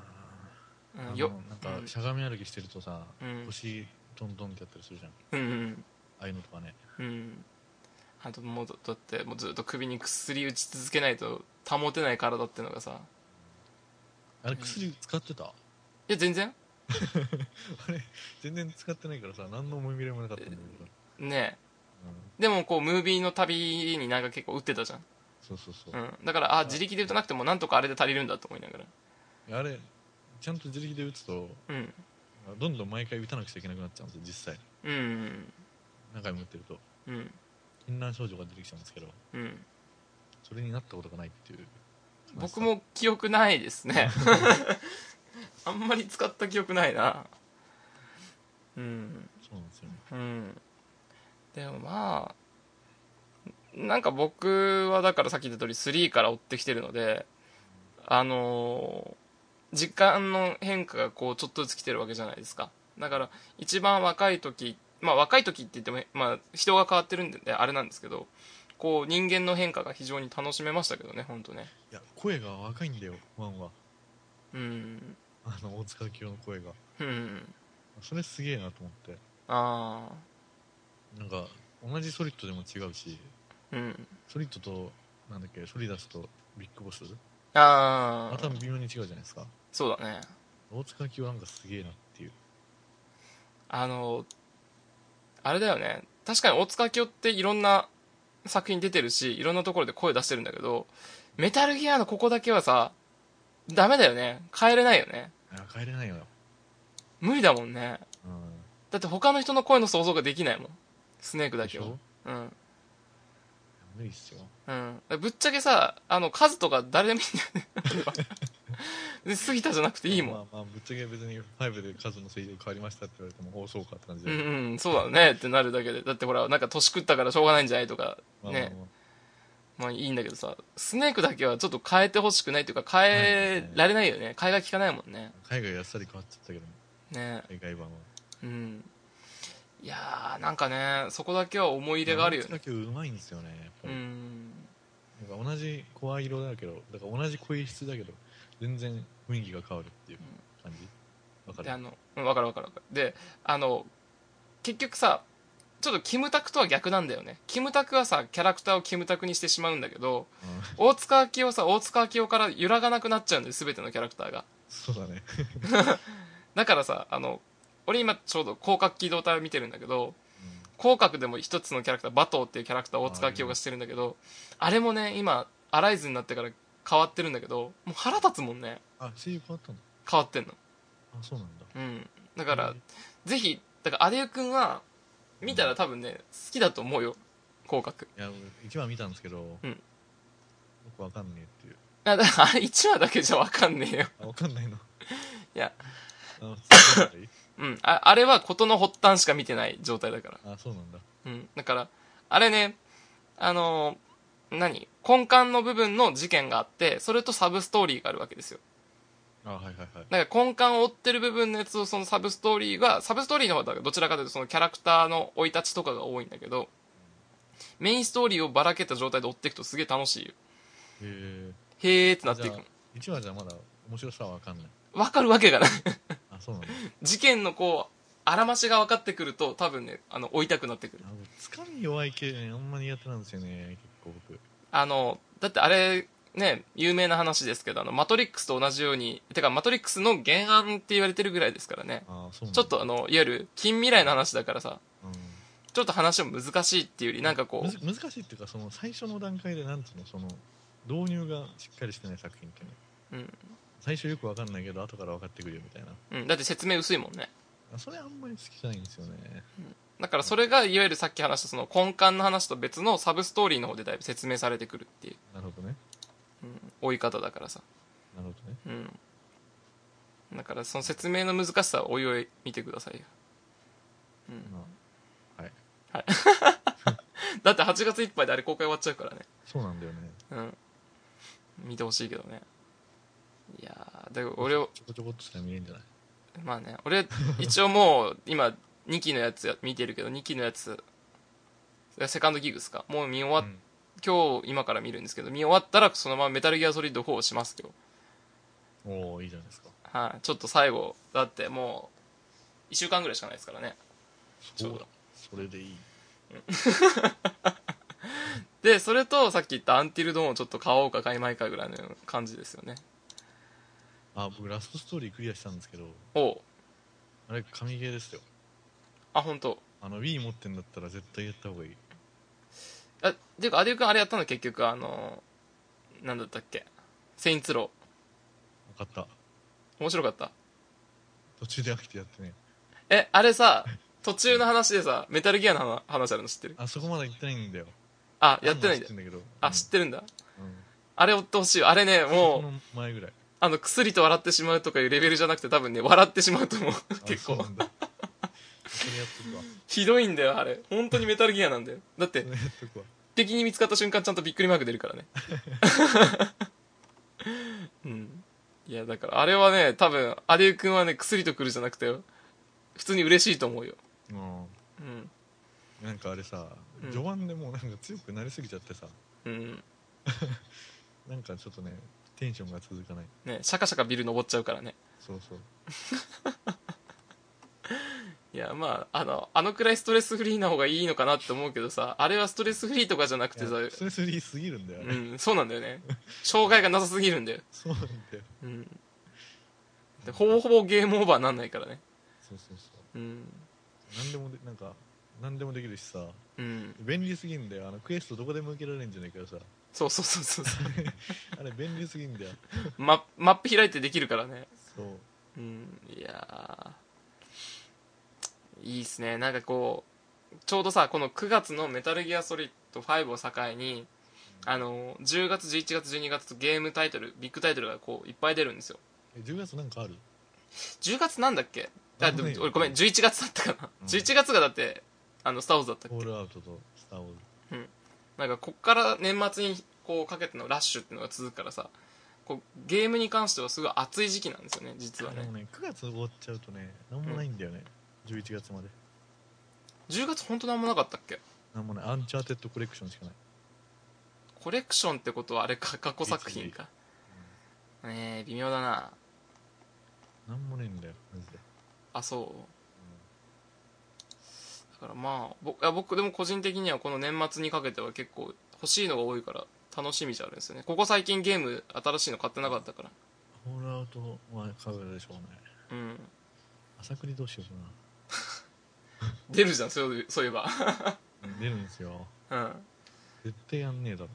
Speaker 2: ー
Speaker 1: う
Speaker 2: あ
Speaker 1: ん、
Speaker 2: の
Speaker 1: よ
Speaker 2: なんかしゃがみ歩きしてるとさ、
Speaker 1: うん
Speaker 2: 腰トントンってやったりするじゃんあ
Speaker 1: うんうん
Speaker 2: あいうのとかね
Speaker 1: うんうんあともうだだってもうずっと首に薬打ち続けないと保てない体っていうのがさ
Speaker 2: あれ薬使ってた、あ
Speaker 1: いや全然
Speaker 2: れ全然使ってないからさ何の思い入れもなかったんだけど、
Speaker 1: ねえでもこうムービーの旅になんか結構打ってたじゃん
Speaker 2: そうそうそう
Speaker 1: う、ん、だからあ自力で打たなくてもなんとかあれで足りるんだと思いながら
Speaker 2: あれちゃんと自力で打つと
Speaker 1: うん
Speaker 2: どんどん毎回打たなくちゃいけなくなっちゃうんですよ実際
Speaker 1: うん
Speaker 2: 何回も打ってると
Speaker 1: うん
Speaker 2: 禁断症状が出てきちゃうんですけど
Speaker 1: うん
Speaker 2: それになったことがないっていう
Speaker 1: 僕も記憶ないですね あんまり使った記憶ないなうん
Speaker 2: そうなんですよね
Speaker 1: うんでもまあなんか僕はだからさっき言った通り3から追ってきてるのであのー時間の変化がこうちょっとずつ来てるわけじゃないですかだから一番若い時まあ若い時って言っても、まあ、人が変わってるんであれなんですけどこう人間の変化が非常に楽しめましたけどね本当ね
Speaker 2: いや声が若いんだよワンは
Speaker 1: うん
Speaker 2: あの大塚清の声が
Speaker 1: うん
Speaker 2: それすげえなと思って
Speaker 1: ああ
Speaker 2: なんか同じソリッドでも違うし
Speaker 1: うん
Speaker 2: ソリッドとなんだっけソリダスとビッグボス
Speaker 1: あ
Speaker 2: ま
Speaker 1: あ
Speaker 2: た微妙に違うじゃないですか
Speaker 1: そうだね
Speaker 2: 大塚清なんかすげえなっていう
Speaker 1: あの、あれだよね。確かに大塚明夫っていろんな作品出てるし、いろんなところで声出してるんだけど、メタルギアのここだけはさ、ダメだよね。変えれないよね。
Speaker 2: いや帰れないよ
Speaker 1: 無理だもんね。
Speaker 2: うん
Speaker 1: だって他の人の声の想像ができないもん。スネークだけは。うん。
Speaker 2: 無理っすよ
Speaker 1: うん。ぶっちゃけさ、あの、数とか誰でもいいんだよね。で杉田じゃなくていいもん。
Speaker 2: まあまあぶっちゃけ別に5で数の制限変わりましたって言われてもおおそうかって感じ
Speaker 1: う
Speaker 2: で、
Speaker 1: んうん、そうだねってなるだけで。だってほら、なんか年食ったからしょうがないんじゃないとか、
Speaker 2: まあまあまあ
Speaker 1: ね。まあいいんだけどさ、スネークだけはちょっと変えてほしくないというか、変えられないよね。替えが効かないもんね。
Speaker 2: 海外あっさり変わっちゃったけど
Speaker 1: ね
Speaker 2: 海外版は
Speaker 1: うん。いやー、なんかね、そこだけは思い入れがあるよ
Speaker 2: 大
Speaker 1: ね。
Speaker 2: 塚清うまいんですよねやっぱ
Speaker 1: う
Speaker 2: り、
Speaker 1: ん。
Speaker 2: なんか同じ声色だけどだから同じ声質だけど全然雰囲気が変わるっていう感じわか
Speaker 1: で、
Speaker 2: る
Speaker 1: あの、うんわかるわかるわかる。で、あの、結局さ、ちょっとキムタクとは逆なんだよね。キムタクはさ、キャラクターをキムタクにしてしまうんだけど、
Speaker 2: うん
Speaker 1: 大塚明夫さ、大塚明夫から揺らがなくなっちゃうんだよ、全てのキャラクターが。
Speaker 2: そうだね
Speaker 1: だからさ、あの、俺今ちょうど広角機動隊を見てるんだけど、広角でも一つのキャラクターバトーっていうキャラクターを大塚明夫がしてるんだけどあれもね今アライズになってから変わってるんだけどもう腹立つもんね
Speaker 2: あ声優変わったの
Speaker 1: 変わってんの
Speaker 2: あそうなんだ
Speaker 1: うんだから、ぜひだからアデュ君は見たら多分ね好きだと思うよ広角
Speaker 2: いや俺一番見たんですけど、
Speaker 1: うん
Speaker 2: よくわかんねえっていう
Speaker 1: あだからあれ1話だけじゃ分かんねえよ
Speaker 2: あわかんな いのい
Speaker 1: や
Speaker 2: あの
Speaker 1: うんああれは事の発端しか見てない状態だから
Speaker 2: あそうなんだ
Speaker 1: うんだからあれねあのー何根幹の部分の事件があってそれとサブストーリーがあるわけですよ
Speaker 2: あはいはいはい
Speaker 1: なんか根幹を追ってる部分のやつをそのサブストーリーが、サブストーリーの方だからどちらかというとそのキャラクターの生い立ちとかが多いんだけど、メインストーリーをばらけた状態で追っていくとすげえ楽しいよ。
Speaker 2: へえ
Speaker 1: へーってなっていく
Speaker 2: じゃ。あ1話じゃまだ面白さはわかんない
Speaker 1: わかるわけがない。
Speaker 2: あそ うなんだ
Speaker 1: 事件のこう、あらましが分かってくると多分ね、あの、追いたくなってくる。
Speaker 2: あのつかみ弱い系ねあんま苦手なんですよね結構僕
Speaker 1: あの、だってあれ、ね、有名な話ですけど、あの、マトリックスと同じように、てかマトリックスの原案って言われてるぐらいですからね。
Speaker 2: あそうなん
Speaker 1: ち
Speaker 2: だ
Speaker 1: ょっとあの、いわゆる近未来の話だからさ、
Speaker 2: う
Speaker 1: ちょっと話も難しいっていうより、
Speaker 2: ん
Speaker 1: なんかこう
Speaker 2: む、ず難しいっていうかその最初の段階でなんつうのその導入がしっかりしてない作品ってね
Speaker 1: うん
Speaker 2: 最初よくわかんないけど後から分かってくるよみたいな
Speaker 1: うん、だって説明薄いもんね
Speaker 2: あそれあんまり好きじゃないんですよね
Speaker 1: だからそれがいわゆるさっき話したその根幹の話と別のサブストーリーの方でだいぶ説明されてくるっていう、
Speaker 2: なるほどね
Speaker 1: うん、追い方だからさ、
Speaker 2: なるほどね
Speaker 1: うん、だからその説明の難しさはおいおい見てくださいよ、うん、
Speaker 2: まあはい
Speaker 1: だって8月いっぱいであれ公開終わっちゃうからね、
Speaker 2: そうなんだよね
Speaker 1: うん、見てほしいけどねいやーで俺を
Speaker 2: ちょこちょこっとしたら見えるんじゃない
Speaker 1: まあね俺一応もう今2期のやつや見てるけど2期のやつセカンドギグスかもう見終わっ
Speaker 2: うん
Speaker 1: 今日今から見るんですけど見終わったらそのままメタルギアソリッド4をしますけど、
Speaker 2: おおいいじゃないですか
Speaker 1: はい、ちょっと最後だってもう1週間ぐらいしかないですからねちょうど
Speaker 2: そうだそれでいい
Speaker 1: でそれとさっき言ったアンティルドーンをちょっと買おうか買いまいかぐらいの感じですよね
Speaker 2: あ僕ラストストーリークリアしたんですけど
Speaker 1: おう
Speaker 2: あれ神ゲーですよ
Speaker 1: あ本当。
Speaker 2: あの Wii 持ってんだったら絶対やった方がいい
Speaker 1: あっていうかアデュー君あれやったの結局あのなんだったっけセインツロ
Speaker 2: 分かった
Speaker 1: ー面白かった
Speaker 2: 途中で飽きてやってね
Speaker 1: えあれさ途中の話でさメタルギアの話話あるの知ってる
Speaker 2: あそこまで行ってないんだよ
Speaker 1: あやってないんだ
Speaker 2: あの知ってんだけど
Speaker 1: あ知ってるんだ
Speaker 2: うんうん
Speaker 1: あれ追ってほしいよあれねも
Speaker 2: そこ
Speaker 1: う
Speaker 2: の前ぐらい
Speaker 1: あのくすりと笑ってしまうとかいうレベルじゃなくて多分ね笑ってしまうと思う 結
Speaker 2: あ
Speaker 1: 構
Speaker 2: そうなんだ それやっとくわ
Speaker 1: ひどいんだよあれ本当にメタルギアなんだよだって
Speaker 2: それやっとくわ
Speaker 1: 敵に見つかった瞬間ちゃんとびっくりマーク出るからねうんいやだからあれはね多分アリウ君はね薬とくるじゃなくて普通に嬉しいと思うよ
Speaker 2: う
Speaker 1: うん
Speaker 2: んなんかあれさ
Speaker 1: うん
Speaker 2: 序盤でもうなんか強くなりすぎちゃってさ
Speaker 1: うん
Speaker 2: なんかちょっとねテンションが続かない
Speaker 1: ねシャカシャカビル登っちゃうからね
Speaker 2: そうそう
Speaker 1: いやまああのあのくらいストレスフリーな方がいいのかなって思うけどさあれはストレスフリーとかじゃなくてさ
Speaker 2: いやそれスリーすぎるんだよあれ
Speaker 1: うんそうなんだよね障害がなさすぎるんだよ
Speaker 2: そうなんだよ
Speaker 1: うんでほぼほぼゲームオーバーなんないからね
Speaker 2: そうそうそ
Speaker 1: うん
Speaker 2: うなんでもでなんかなんでもできるしさ
Speaker 1: うん
Speaker 2: 便利すぎんだよあのクエストどこでも受けられるんじゃないけどさ
Speaker 1: そうそうそうそうそう
Speaker 2: あれ便利すぎんだよ
Speaker 1: ママップ開いてできるからね
Speaker 2: そう
Speaker 1: うんいやーいいっすねなんかこうちょうどさこの9月の「メタルギアソリッド5」を境にあの10月11月12月とゲームタイトルビッグタイトルがこういっぱい出るんですよ
Speaker 2: え10月なんかある
Speaker 1: 10月なんだっけあでも
Speaker 2: なんもねえよ
Speaker 1: 俺ごめん11月だったかな、
Speaker 2: うん
Speaker 1: 11月がだってあのスター・ウォーズだったっ
Speaker 2: ホー
Speaker 1: け
Speaker 2: ルアウトとスター・ウォーズ
Speaker 1: なんかこっから年末にこうかけてのラッシュっていうのが続くからさこうゲームに関してはすごい熱い時期なんですよね実は
Speaker 2: あの
Speaker 1: ね
Speaker 2: ね9月終わっちゃうとねなんもないんだよね、11月まで
Speaker 1: 10月本当なんもなかったっけ
Speaker 2: なんもないアンチャーテッドコレクションしかない
Speaker 1: コレクションってことはあれか過去作品かねえ微妙だな
Speaker 2: なんもないんだよマジで
Speaker 1: あそうだからまあ僕あ僕でも個人的にはこの年末にかけては結構欲しいのが多いから楽しみじゃあるんですよねここ最近ゲーム新しいの買ってなかったから
Speaker 2: ホールアウトは買うでしょうね
Speaker 1: うん
Speaker 2: 朝栗どうしようかな
Speaker 1: 出るじゃんそういうそういえば
Speaker 2: 出るんですよ
Speaker 1: うんって
Speaker 2: 絶対やんねえだろ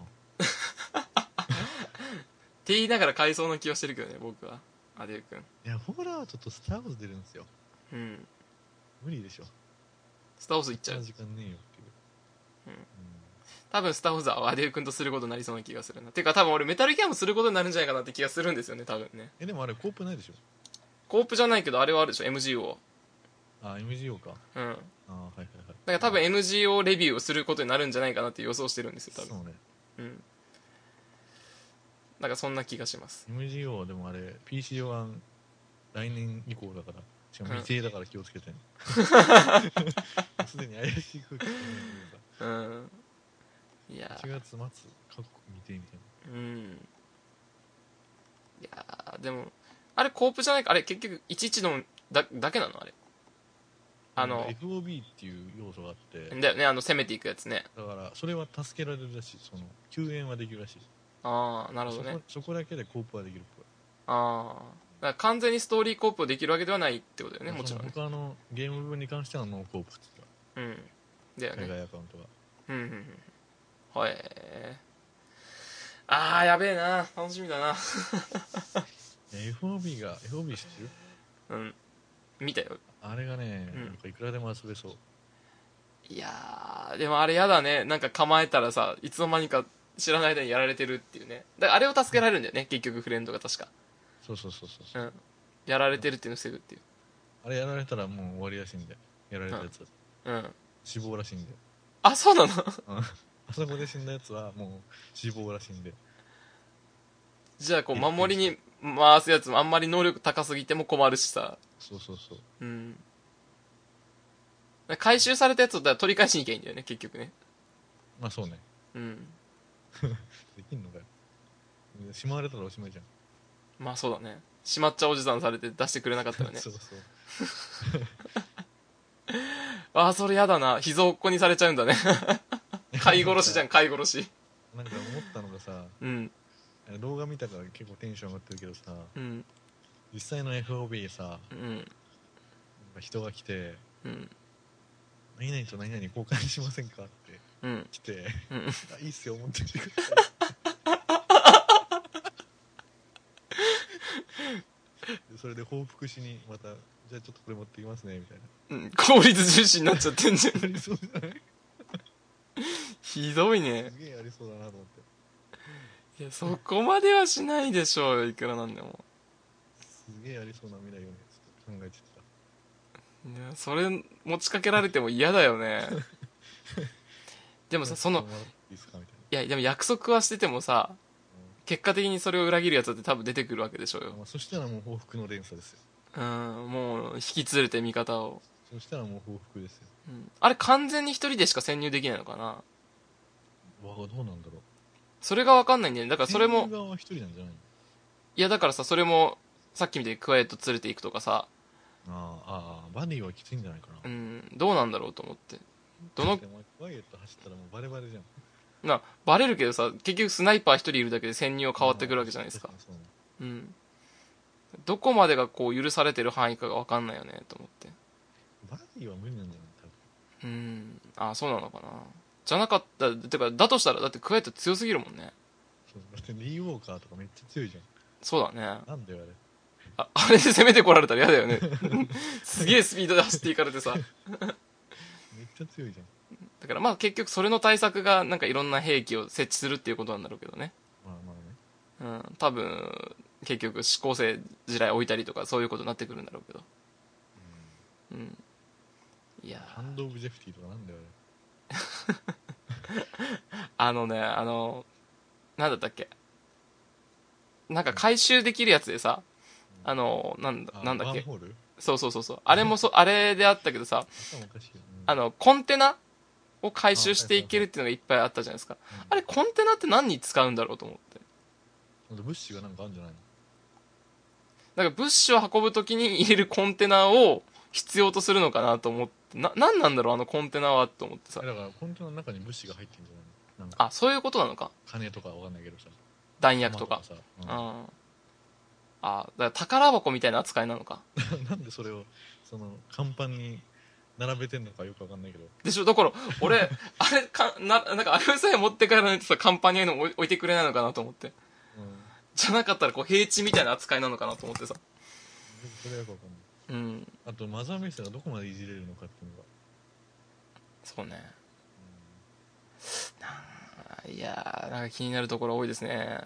Speaker 1: 言いながら買いそうな気はしてるけどね僕はアデュー君
Speaker 2: いやホールアウトとスター・ウォーズ出るんですよ
Speaker 1: うん
Speaker 2: 無理でしょ
Speaker 1: スター・ウォーズ行っち
Speaker 2: そ
Speaker 1: ゃ
Speaker 2: ん
Speaker 1: う
Speaker 2: な時間ねえよっていう、
Speaker 1: うん
Speaker 2: うん
Speaker 1: 多分スター・ウォーズはアデュー君とすることになりそうな気がするなてか多分俺メタルギアもすることになるんじゃないかなって気がするんですよね多分ね
Speaker 2: えでもあれコープないでしょ
Speaker 1: コープじゃないけどあれはあるでしょ MGO
Speaker 2: あ MGO か
Speaker 1: うん
Speaker 2: あはいはいはい
Speaker 1: だから多分 MGO レビューをすることになるんじゃないかなって予想してるんですよ多
Speaker 2: そ
Speaker 1: 分
Speaker 2: うね
Speaker 1: うんなんかそんな気がします
Speaker 2: MGO はでもあれ PC 版来年以降だからしかも
Speaker 1: うん
Speaker 2: 未定だから気をつけてね すでに怪しい空気がね
Speaker 1: うんいや
Speaker 2: 1月末各国未定みたい
Speaker 1: ーうんいやーでもあれコープじゃないかあれ結局11のだだけなのあれ
Speaker 2: な
Speaker 1: あの
Speaker 2: FOB っていう要素があってだ
Speaker 1: だよねあの攻めていくやつね
Speaker 2: からそれは助けられるらしいその救援はできるらしい
Speaker 1: ああなるほ
Speaker 2: そ
Speaker 1: どね
Speaker 2: こそこだけでコープはできるっぽい
Speaker 1: ああだから完全にストーリーコープをできるわけではないってことだよねもちろんね
Speaker 2: その他のゲーム部分に関してはノーコープって言って
Speaker 1: うんだよ
Speaker 2: た
Speaker 1: ね
Speaker 2: 海外アカウントが
Speaker 1: うんうんうんはいあーやべえな楽しみだない
Speaker 2: や FOB が FOB 知ってる
Speaker 1: うん見たよ
Speaker 2: あれがね、
Speaker 1: うん
Speaker 2: なんかいくらでも遊べそう
Speaker 1: いやーでもあれやだねなんか構えたらさいつの間にか知らない間にやられてるっていうねだからあれを助けられるんだよね結局フレンドが確か
Speaker 2: そうそうそうそうそう
Speaker 1: うんやられてるっていうのを防ぐっていう
Speaker 2: あれやられたらもう終わりらしいんでやられたやつ、
Speaker 1: うん
Speaker 2: 死亡らしいん で
Speaker 1: あそうなの
Speaker 2: あそこで死んだやつはもう死亡らしいんで
Speaker 1: じゃあこう守りに回すやつもあんまり能力高すぎても困るしさ
Speaker 2: そうそうそう
Speaker 1: うん回収されたやつをだから取り返しに行けばいいんだよね結局ね
Speaker 2: まあそうね
Speaker 1: うん
Speaker 2: できんのかよしまわれたらおしまいじゃん、
Speaker 1: まあそうだねしまっちゃおじさんされて出してくれなかったらね
Speaker 2: そうそう
Speaker 1: ああそれやだな膝をっこにされちゃうんだね飼い殺しじゃん飼い殺し
Speaker 2: なんか思ったのがさ
Speaker 1: うん
Speaker 2: 動画見たから結構テンション上がってるけどさ
Speaker 1: うん
Speaker 2: 実際の FOB さなん
Speaker 1: うん
Speaker 2: か人が来て
Speaker 1: うん
Speaker 2: 「何々と何々交換しませんか?」って
Speaker 1: うん
Speaker 2: 来て
Speaker 1: うん
Speaker 2: 「あいいっすよ持ってってください」 それで報復しにまたじゃあちょっとこれ持ってきますねみたいな
Speaker 1: うん、効率重視になっちゃってんじゃん
Speaker 2: ありそうじゃない
Speaker 1: ひどいね
Speaker 2: すげえありそうだなと思って
Speaker 1: いやそこまではしないでしょうよいくらなんでも
Speaker 2: すげえありそうな未来をねちょっと考えてた
Speaker 1: いやそれ持ちかけられても嫌だよねでもさその
Speaker 2: いいですかみたい
Speaker 1: いやでも約束はしててもさ結果的にそれを裏切るやつだって多分出てくるわけでしょう
Speaker 2: な、
Speaker 1: よ
Speaker 2: まあ、そしたらもう報復の連鎖ですよ
Speaker 1: うんもう引き連れて味方を、
Speaker 2: そしたらもう報復ですよ
Speaker 1: うん、あれ完全に一人でしか潜入できないのかな
Speaker 2: わあどうなんだろう
Speaker 1: それが分かんないんだよねだからそれも
Speaker 2: 天狗側は一人なんじゃないの
Speaker 1: いやだからさそれもさっきみたいにクワイエット連れていくとかさ、
Speaker 2: ああああバディはきついんじゃないかな
Speaker 1: うん、どうなんだろうと思ってど
Speaker 2: だっ
Speaker 1: の
Speaker 2: てお前クワイエット走ったらもうバレバレじゃん
Speaker 1: なバレるけどさ結局スナイパー一人いるだけで潜入は変わってくるわけじゃないですか
Speaker 2: ああそうそう
Speaker 1: うんどこまでがこう許されてる範囲かが分かんないよねと思って
Speaker 2: バディは無理なんじゃない多分
Speaker 1: うんあそうなのかなじゃなかったてかだとしたらだってクワイエット強すぎるもんね
Speaker 2: そうだってリー・ウォーカーとかめっちゃ強いじゃ
Speaker 1: そうだね
Speaker 2: んなんだよあれ
Speaker 1: ああれで攻めてこられたら嫌だよねすげえスピードで走っていかれてさ
Speaker 2: めっちゃ強いじゃん
Speaker 1: だからまあ結局それの対策がなんかいろんな兵器を設置するっていうことなんだろうけどね
Speaker 2: まあまあね
Speaker 1: うん多分結局指向性地雷置いたりとかそういうことになってくるんだろうけどうんいや
Speaker 2: ハンド・オブジェフティとかなんだよあれ
Speaker 1: あのねあのなんだったっけなんか回収できるやつでさあのなんだ
Speaker 2: あ
Speaker 1: なんだっ
Speaker 2: ワーム
Speaker 1: け
Speaker 2: ホール
Speaker 1: そうそうそうそうあれも そあれであったけどさ
Speaker 2: 頭おかしいよ、うん
Speaker 1: あのコンテナを回収していけるっていうのがいっぱいあったじゃないですか
Speaker 2: うん
Speaker 1: あれコンテナって何に使うんだろうと思って
Speaker 2: あと物資がなんかあるんじゃないの
Speaker 1: なんか物資を運ぶ時に入れるコンテナを必要とするのかなと思ってな何なんだろうあのコンテナはと思ってさ
Speaker 2: えだからコンテナの中に物資が入ってんじゃないのなんか
Speaker 1: あそういうことなのか
Speaker 2: 金とかわかんないけどさ
Speaker 1: 弾薬とか
Speaker 2: 弾
Speaker 1: う
Speaker 2: と
Speaker 1: ん
Speaker 2: かさ
Speaker 1: あだから宝箱みたいな扱いなのか
Speaker 2: うん なんでそれをその甲板に並べてんのかよくわかんないけど
Speaker 1: でしょだから 俺あれかななんかあれさえ持って帰らないとさ甲板にああいうの置い置いてくれないのかなと思って
Speaker 2: うんでも
Speaker 1: じゃなかったらこう平地みたいな扱いなのかなと思ってさ
Speaker 2: それはよくわかんない
Speaker 1: うん
Speaker 2: あとマザーメイサがどこまでいじれるのかっていうのが
Speaker 1: そうねあいやーなんか気になるところ多いですね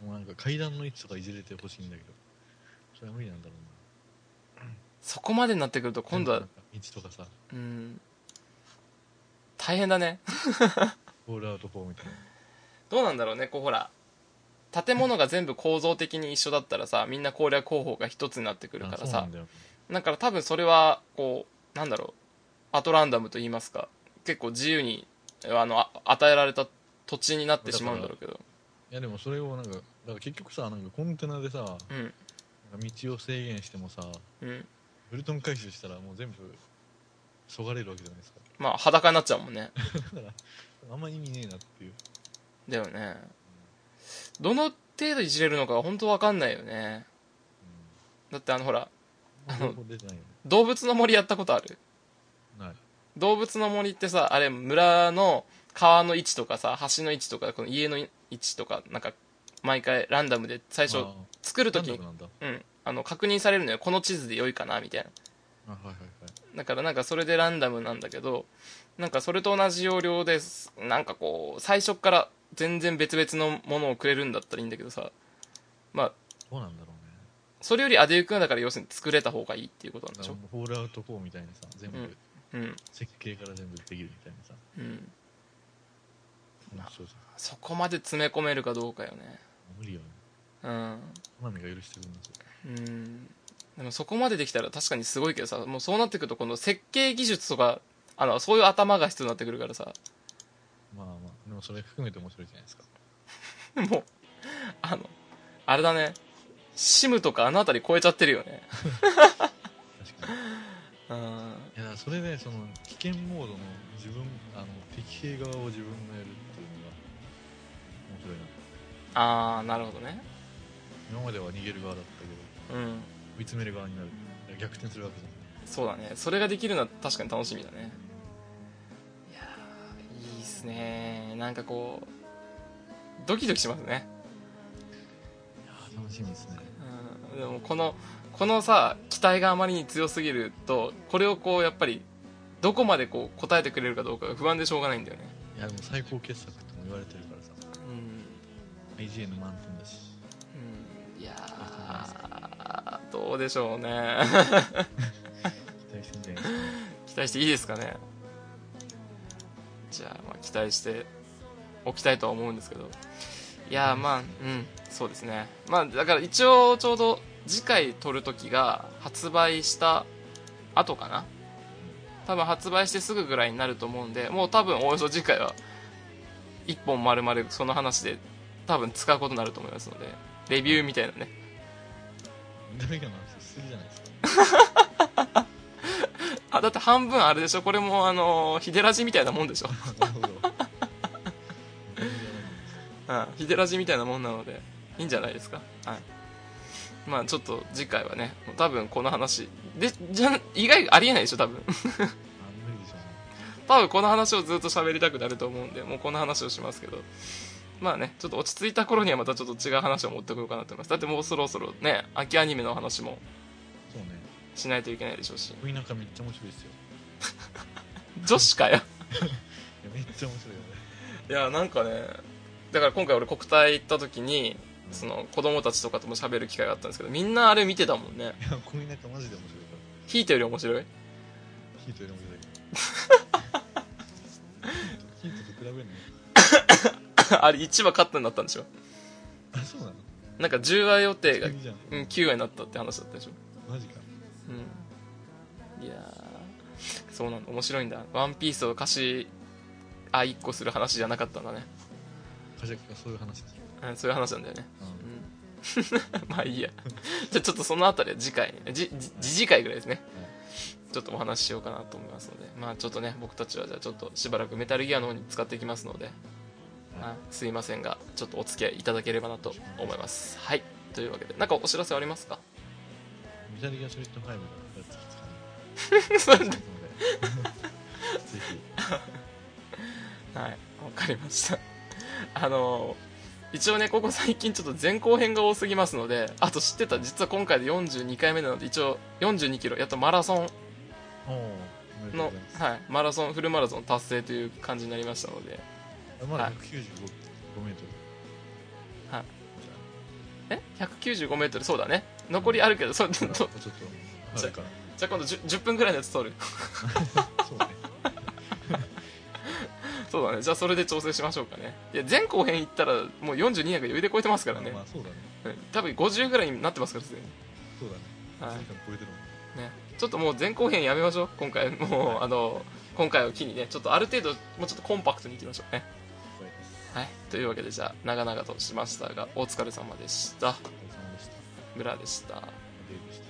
Speaker 2: うんもうなんか階段の位置とかいじれてほしいんだけどそれは無理なんだろうな
Speaker 1: そこまでになってくると今度は
Speaker 2: なんか道とかさ
Speaker 1: うん大変だね
Speaker 2: ホールアウト4みたいな
Speaker 1: どうなんだろうねこうほら建物が全部構造的に一緒だったらさみんな攻略方法が一つになってくるから
Speaker 2: あそうな
Speaker 1: さ
Speaker 2: んだよ
Speaker 1: だから多分それはこうなんだろうアトランダムと言いますか結構自由にあのあ与えられた土地になってしまうんだろうけど
Speaker 2: いやでもそれをなんかだから結局さなんかコンテナでさなんか
Speaker 1: うん
Speaker 2: 道を制限してもさ
Speaker 1: うん
Speaker 2: ブルトン回収したらもう全部そがれるわけじゃないですか
Speaker 1: まあ裸になっちゃうもんね
Speaker 2: だからあんま意味ねえなっていう
Speaker 1: だよねどの程度いじれるのか本当わかんないよねだってあのほら
Speaker 2: うん情報出てないよね
Speaker 1: 動物の森やったことある
Speaker 2: ない
Speaker 1: 動物の森ってさあれ村の川の位置とかさ橋の位置とかこの家の位置とかなんか毎回ランダムで最初
Speaker 2: あ
Speaker 1: 作る
Speaker 2: ー
Speaker 1: と
Speaker 2: ラン
Speaker 1: き
Speaker 2: ダ
Speaker 1: に
Speaker 2: ム、なんだ
Speaker 1: うん、あの確認されるのよこの地図で良いかなみたいな
Speaker 2: あはいはいはい
Speaker 1: だからなんかそれでランダムなんだけどなんかそれと同じ要領ですなんかこう最初から全然別々のものをくれるんだったらいいんだけどさまあ
Speaker 2: どうなんだろうね
Speaker 1: それよりアデュー君はだから要するに作れた方がいいっていうことなんで
Speaker 2: だ
Speaker 1: し
Speaker 2: から
Speaker 1: ょ
Speaker 2: もうホールアウト4みたいにさ全部
Speaker 1: うんうん
Speaker 2: 設計から全部できるみたいなさ
Speaker 1: うん
Speaker 2: 面白いじゃん
Speaker 1: そこまで詰め込めるかどうかよね
Speaker 2: 無理よね
Speaker 1: うん
Speaker 2: 好みが許してるんですよ
Speaker 1: うんでもそこまでできたら確かにすごいけどさもうそうなってくるとこの設計技術とかあのそういう頭が必要になってくるからさ
Speaker 2: まあまあでもそれ含めて面白いじゃないですか
Speaker 1: もうあのあれだねシムとかあの辺り超えちゃってるよね
Speaker 2: 確かに
Speaker 1: うん
Speaker 2: いやだからそれでその危険モードの自分あの敵兵側を自分がやるっていうのが面白いな
Speaker 1: ああなるほどね
Speaker 2: 今までは逃げる側だったけど
Speaker 1: うん
Speaker 2: 追い詰める側になるだから逆転するわけじゃん
Speaker 1: そうだねそれができるのは確かに楽しみだねいやーいいっすねなんかこうドキドキしますね
Speaker 2: いやー楽しみですね
Speaker 1: うんでもこのこのさ期待があまりに強すぎるとこれをこうやっぱりどこまでこう答えてくれるかどうかが不安でしょうがないんだよね
Speaker 2: いやでも最高傑作とも言われてるからさ
Speaker 1: うん
Speaker 2: IGN 満点だし
Speaker 1: うんいやーどうでしょうね
Speaker 2: 期待してんじゃない で
Speaker 1: 期
Speaker 2: すか
Speaker 1: 待していいですかねじゃあまあ期待しておきたいとは思うんですけどいやーまあうんそうですねまあだから一応ちょうど次回撮る時が発売した後かな多分発売してすぐぐらいになると思うんでもう多分おおよそ次回は一本丸々その話で多分使うことになると思いますのでレビューみたいなね
Speaker 2: ダメかなするじゃないですか
Speaker 1: あだって半分あれでしょこれもあのヒデラジみたいなもんでしょ
Speaker 2: なるほど。
Speaker 1: うん、ヒデラジみたいなもんなのでいいんじゃないですかはいまあちょっと次回はね多分この話でじゃ意外ありえないでしょ多分
Speaker 2: あ無理でしょうね。
Speaker 1: 多分この話をずっと喋りたくなると思うんでもうこの話をしますけどまあねちょっと落ち着いた頃にはまたちょっと違う話を持ってこようかなと思いますだってもうそろそろね秋アニメの話も
Speaker 2: そうね。
Speaker 1: しないといけないでしょうし
Speaker 2: 恋仲めっちゃ面白いですよ。
Speaker 1: 女子かよ
Speaker 2: いやめっちゃ面白いよね。
Speaker 1: いやなんかねだから今回俺国体行った時にその子供たちとかとも喋る機会があったんですけどみんなあれ見てたもんね
Speaker 2: いや恋仲マジで面白いか
Speaker 1: ヒートより面白い
Speaker 2: ら。ヒートより面 白い。ヒートヒートと比べるの？
Speaker 1: あれ1話カットになったんでしょ
Speaker 2: あそうなの？
Speaker 1: なんか10話予定が、
Speaker 2: 急にじゃん。
Speaker 1: うん、9話になったって話だったでしょ、
Speaker 2: マジか。
Speaker 1: うん、いやーそうなんだ面白いんだワンピースを貸しあ1個する話じゃなかったんだね、
Speaker 2: カジャックがそういう話ですよ。
Speaker 1: うん、そういう話なんだよね、う
Speaker 2: う。
Speaker 1: んん、 まあいいやじゃあちょっとそのあたりは次回じじ次次回ぐらいですねちょっとお話ししようかなと思いますのでまあちょっとね僕たちはじゃあちょっとしばらくメタルギアの方に使っていきますので
Speaker 2: はい
Speaker 1: あすいませんがちょっとお付き合いいただければなと思いますはいというわけで何かお知らせありますか
Speaker 2: メタルギアソリッド5がやってきたね。
Speaker 1: それ
Speaker 2: そう
Speaker 1: で
Speaker 2: な のでぜひ。
Speaker 1: はいわかりました あの一応ねここ最近ちょっと前後編が多すぎますのであと知ってた実は今回で42回目なので一応4 2キロやっとマラソ
Speaker 2: おお。おめ
Speaker 1: ン
Speaker 2: でとう
Speaker 1: の
Speaker 2: ございます。
Speaker 1: はいマラソンフルマラソン達成という感じになりましたので
Speaker 2: あまだ
Speaker 1: はい
Speaker 2: 195メートル。
Speaker 1: はい
Speaker 2: じゃあ。
Speaker 1: え195メートルそうだね残りあるけどそうち
Speaker 2: ち
Speaker 1: ょ
Speaker 2: ょ
Speaker 1: っ
Speaker 2: っと
Speaker 1: と、
Speaker 2: は るか。
Speaker 1: じゃあ今度 10, 10分ぐらいのやつ撮る
Speaker 2: そうね。
Speaker 1: そうだねじゃあそれで調整しましょうかねいや前後編行ったらもう42なんか余裕で超えてますからね、
Speaker 2: まあまあそうだね。
Speaker 1: うん多分50ぐらいになってますからすでに
Speaker 2: そうだね。
Speaker 1: はい
Speaker 2: 一時間超えてるもん。
Speaker 1: ね、ちょっともう前後編やめましょう今回もうあの今回を機にねちょっとある程度もうちょっとコンパクトにいきましょうね
Speaker 2: はい
Speaker 1: はいというわけでじゃあ長々としましたがお疲れ様でした
Speaker 2: お疲れ様でした。
Speaker 1: 村でした
Speaker 2: デイでした。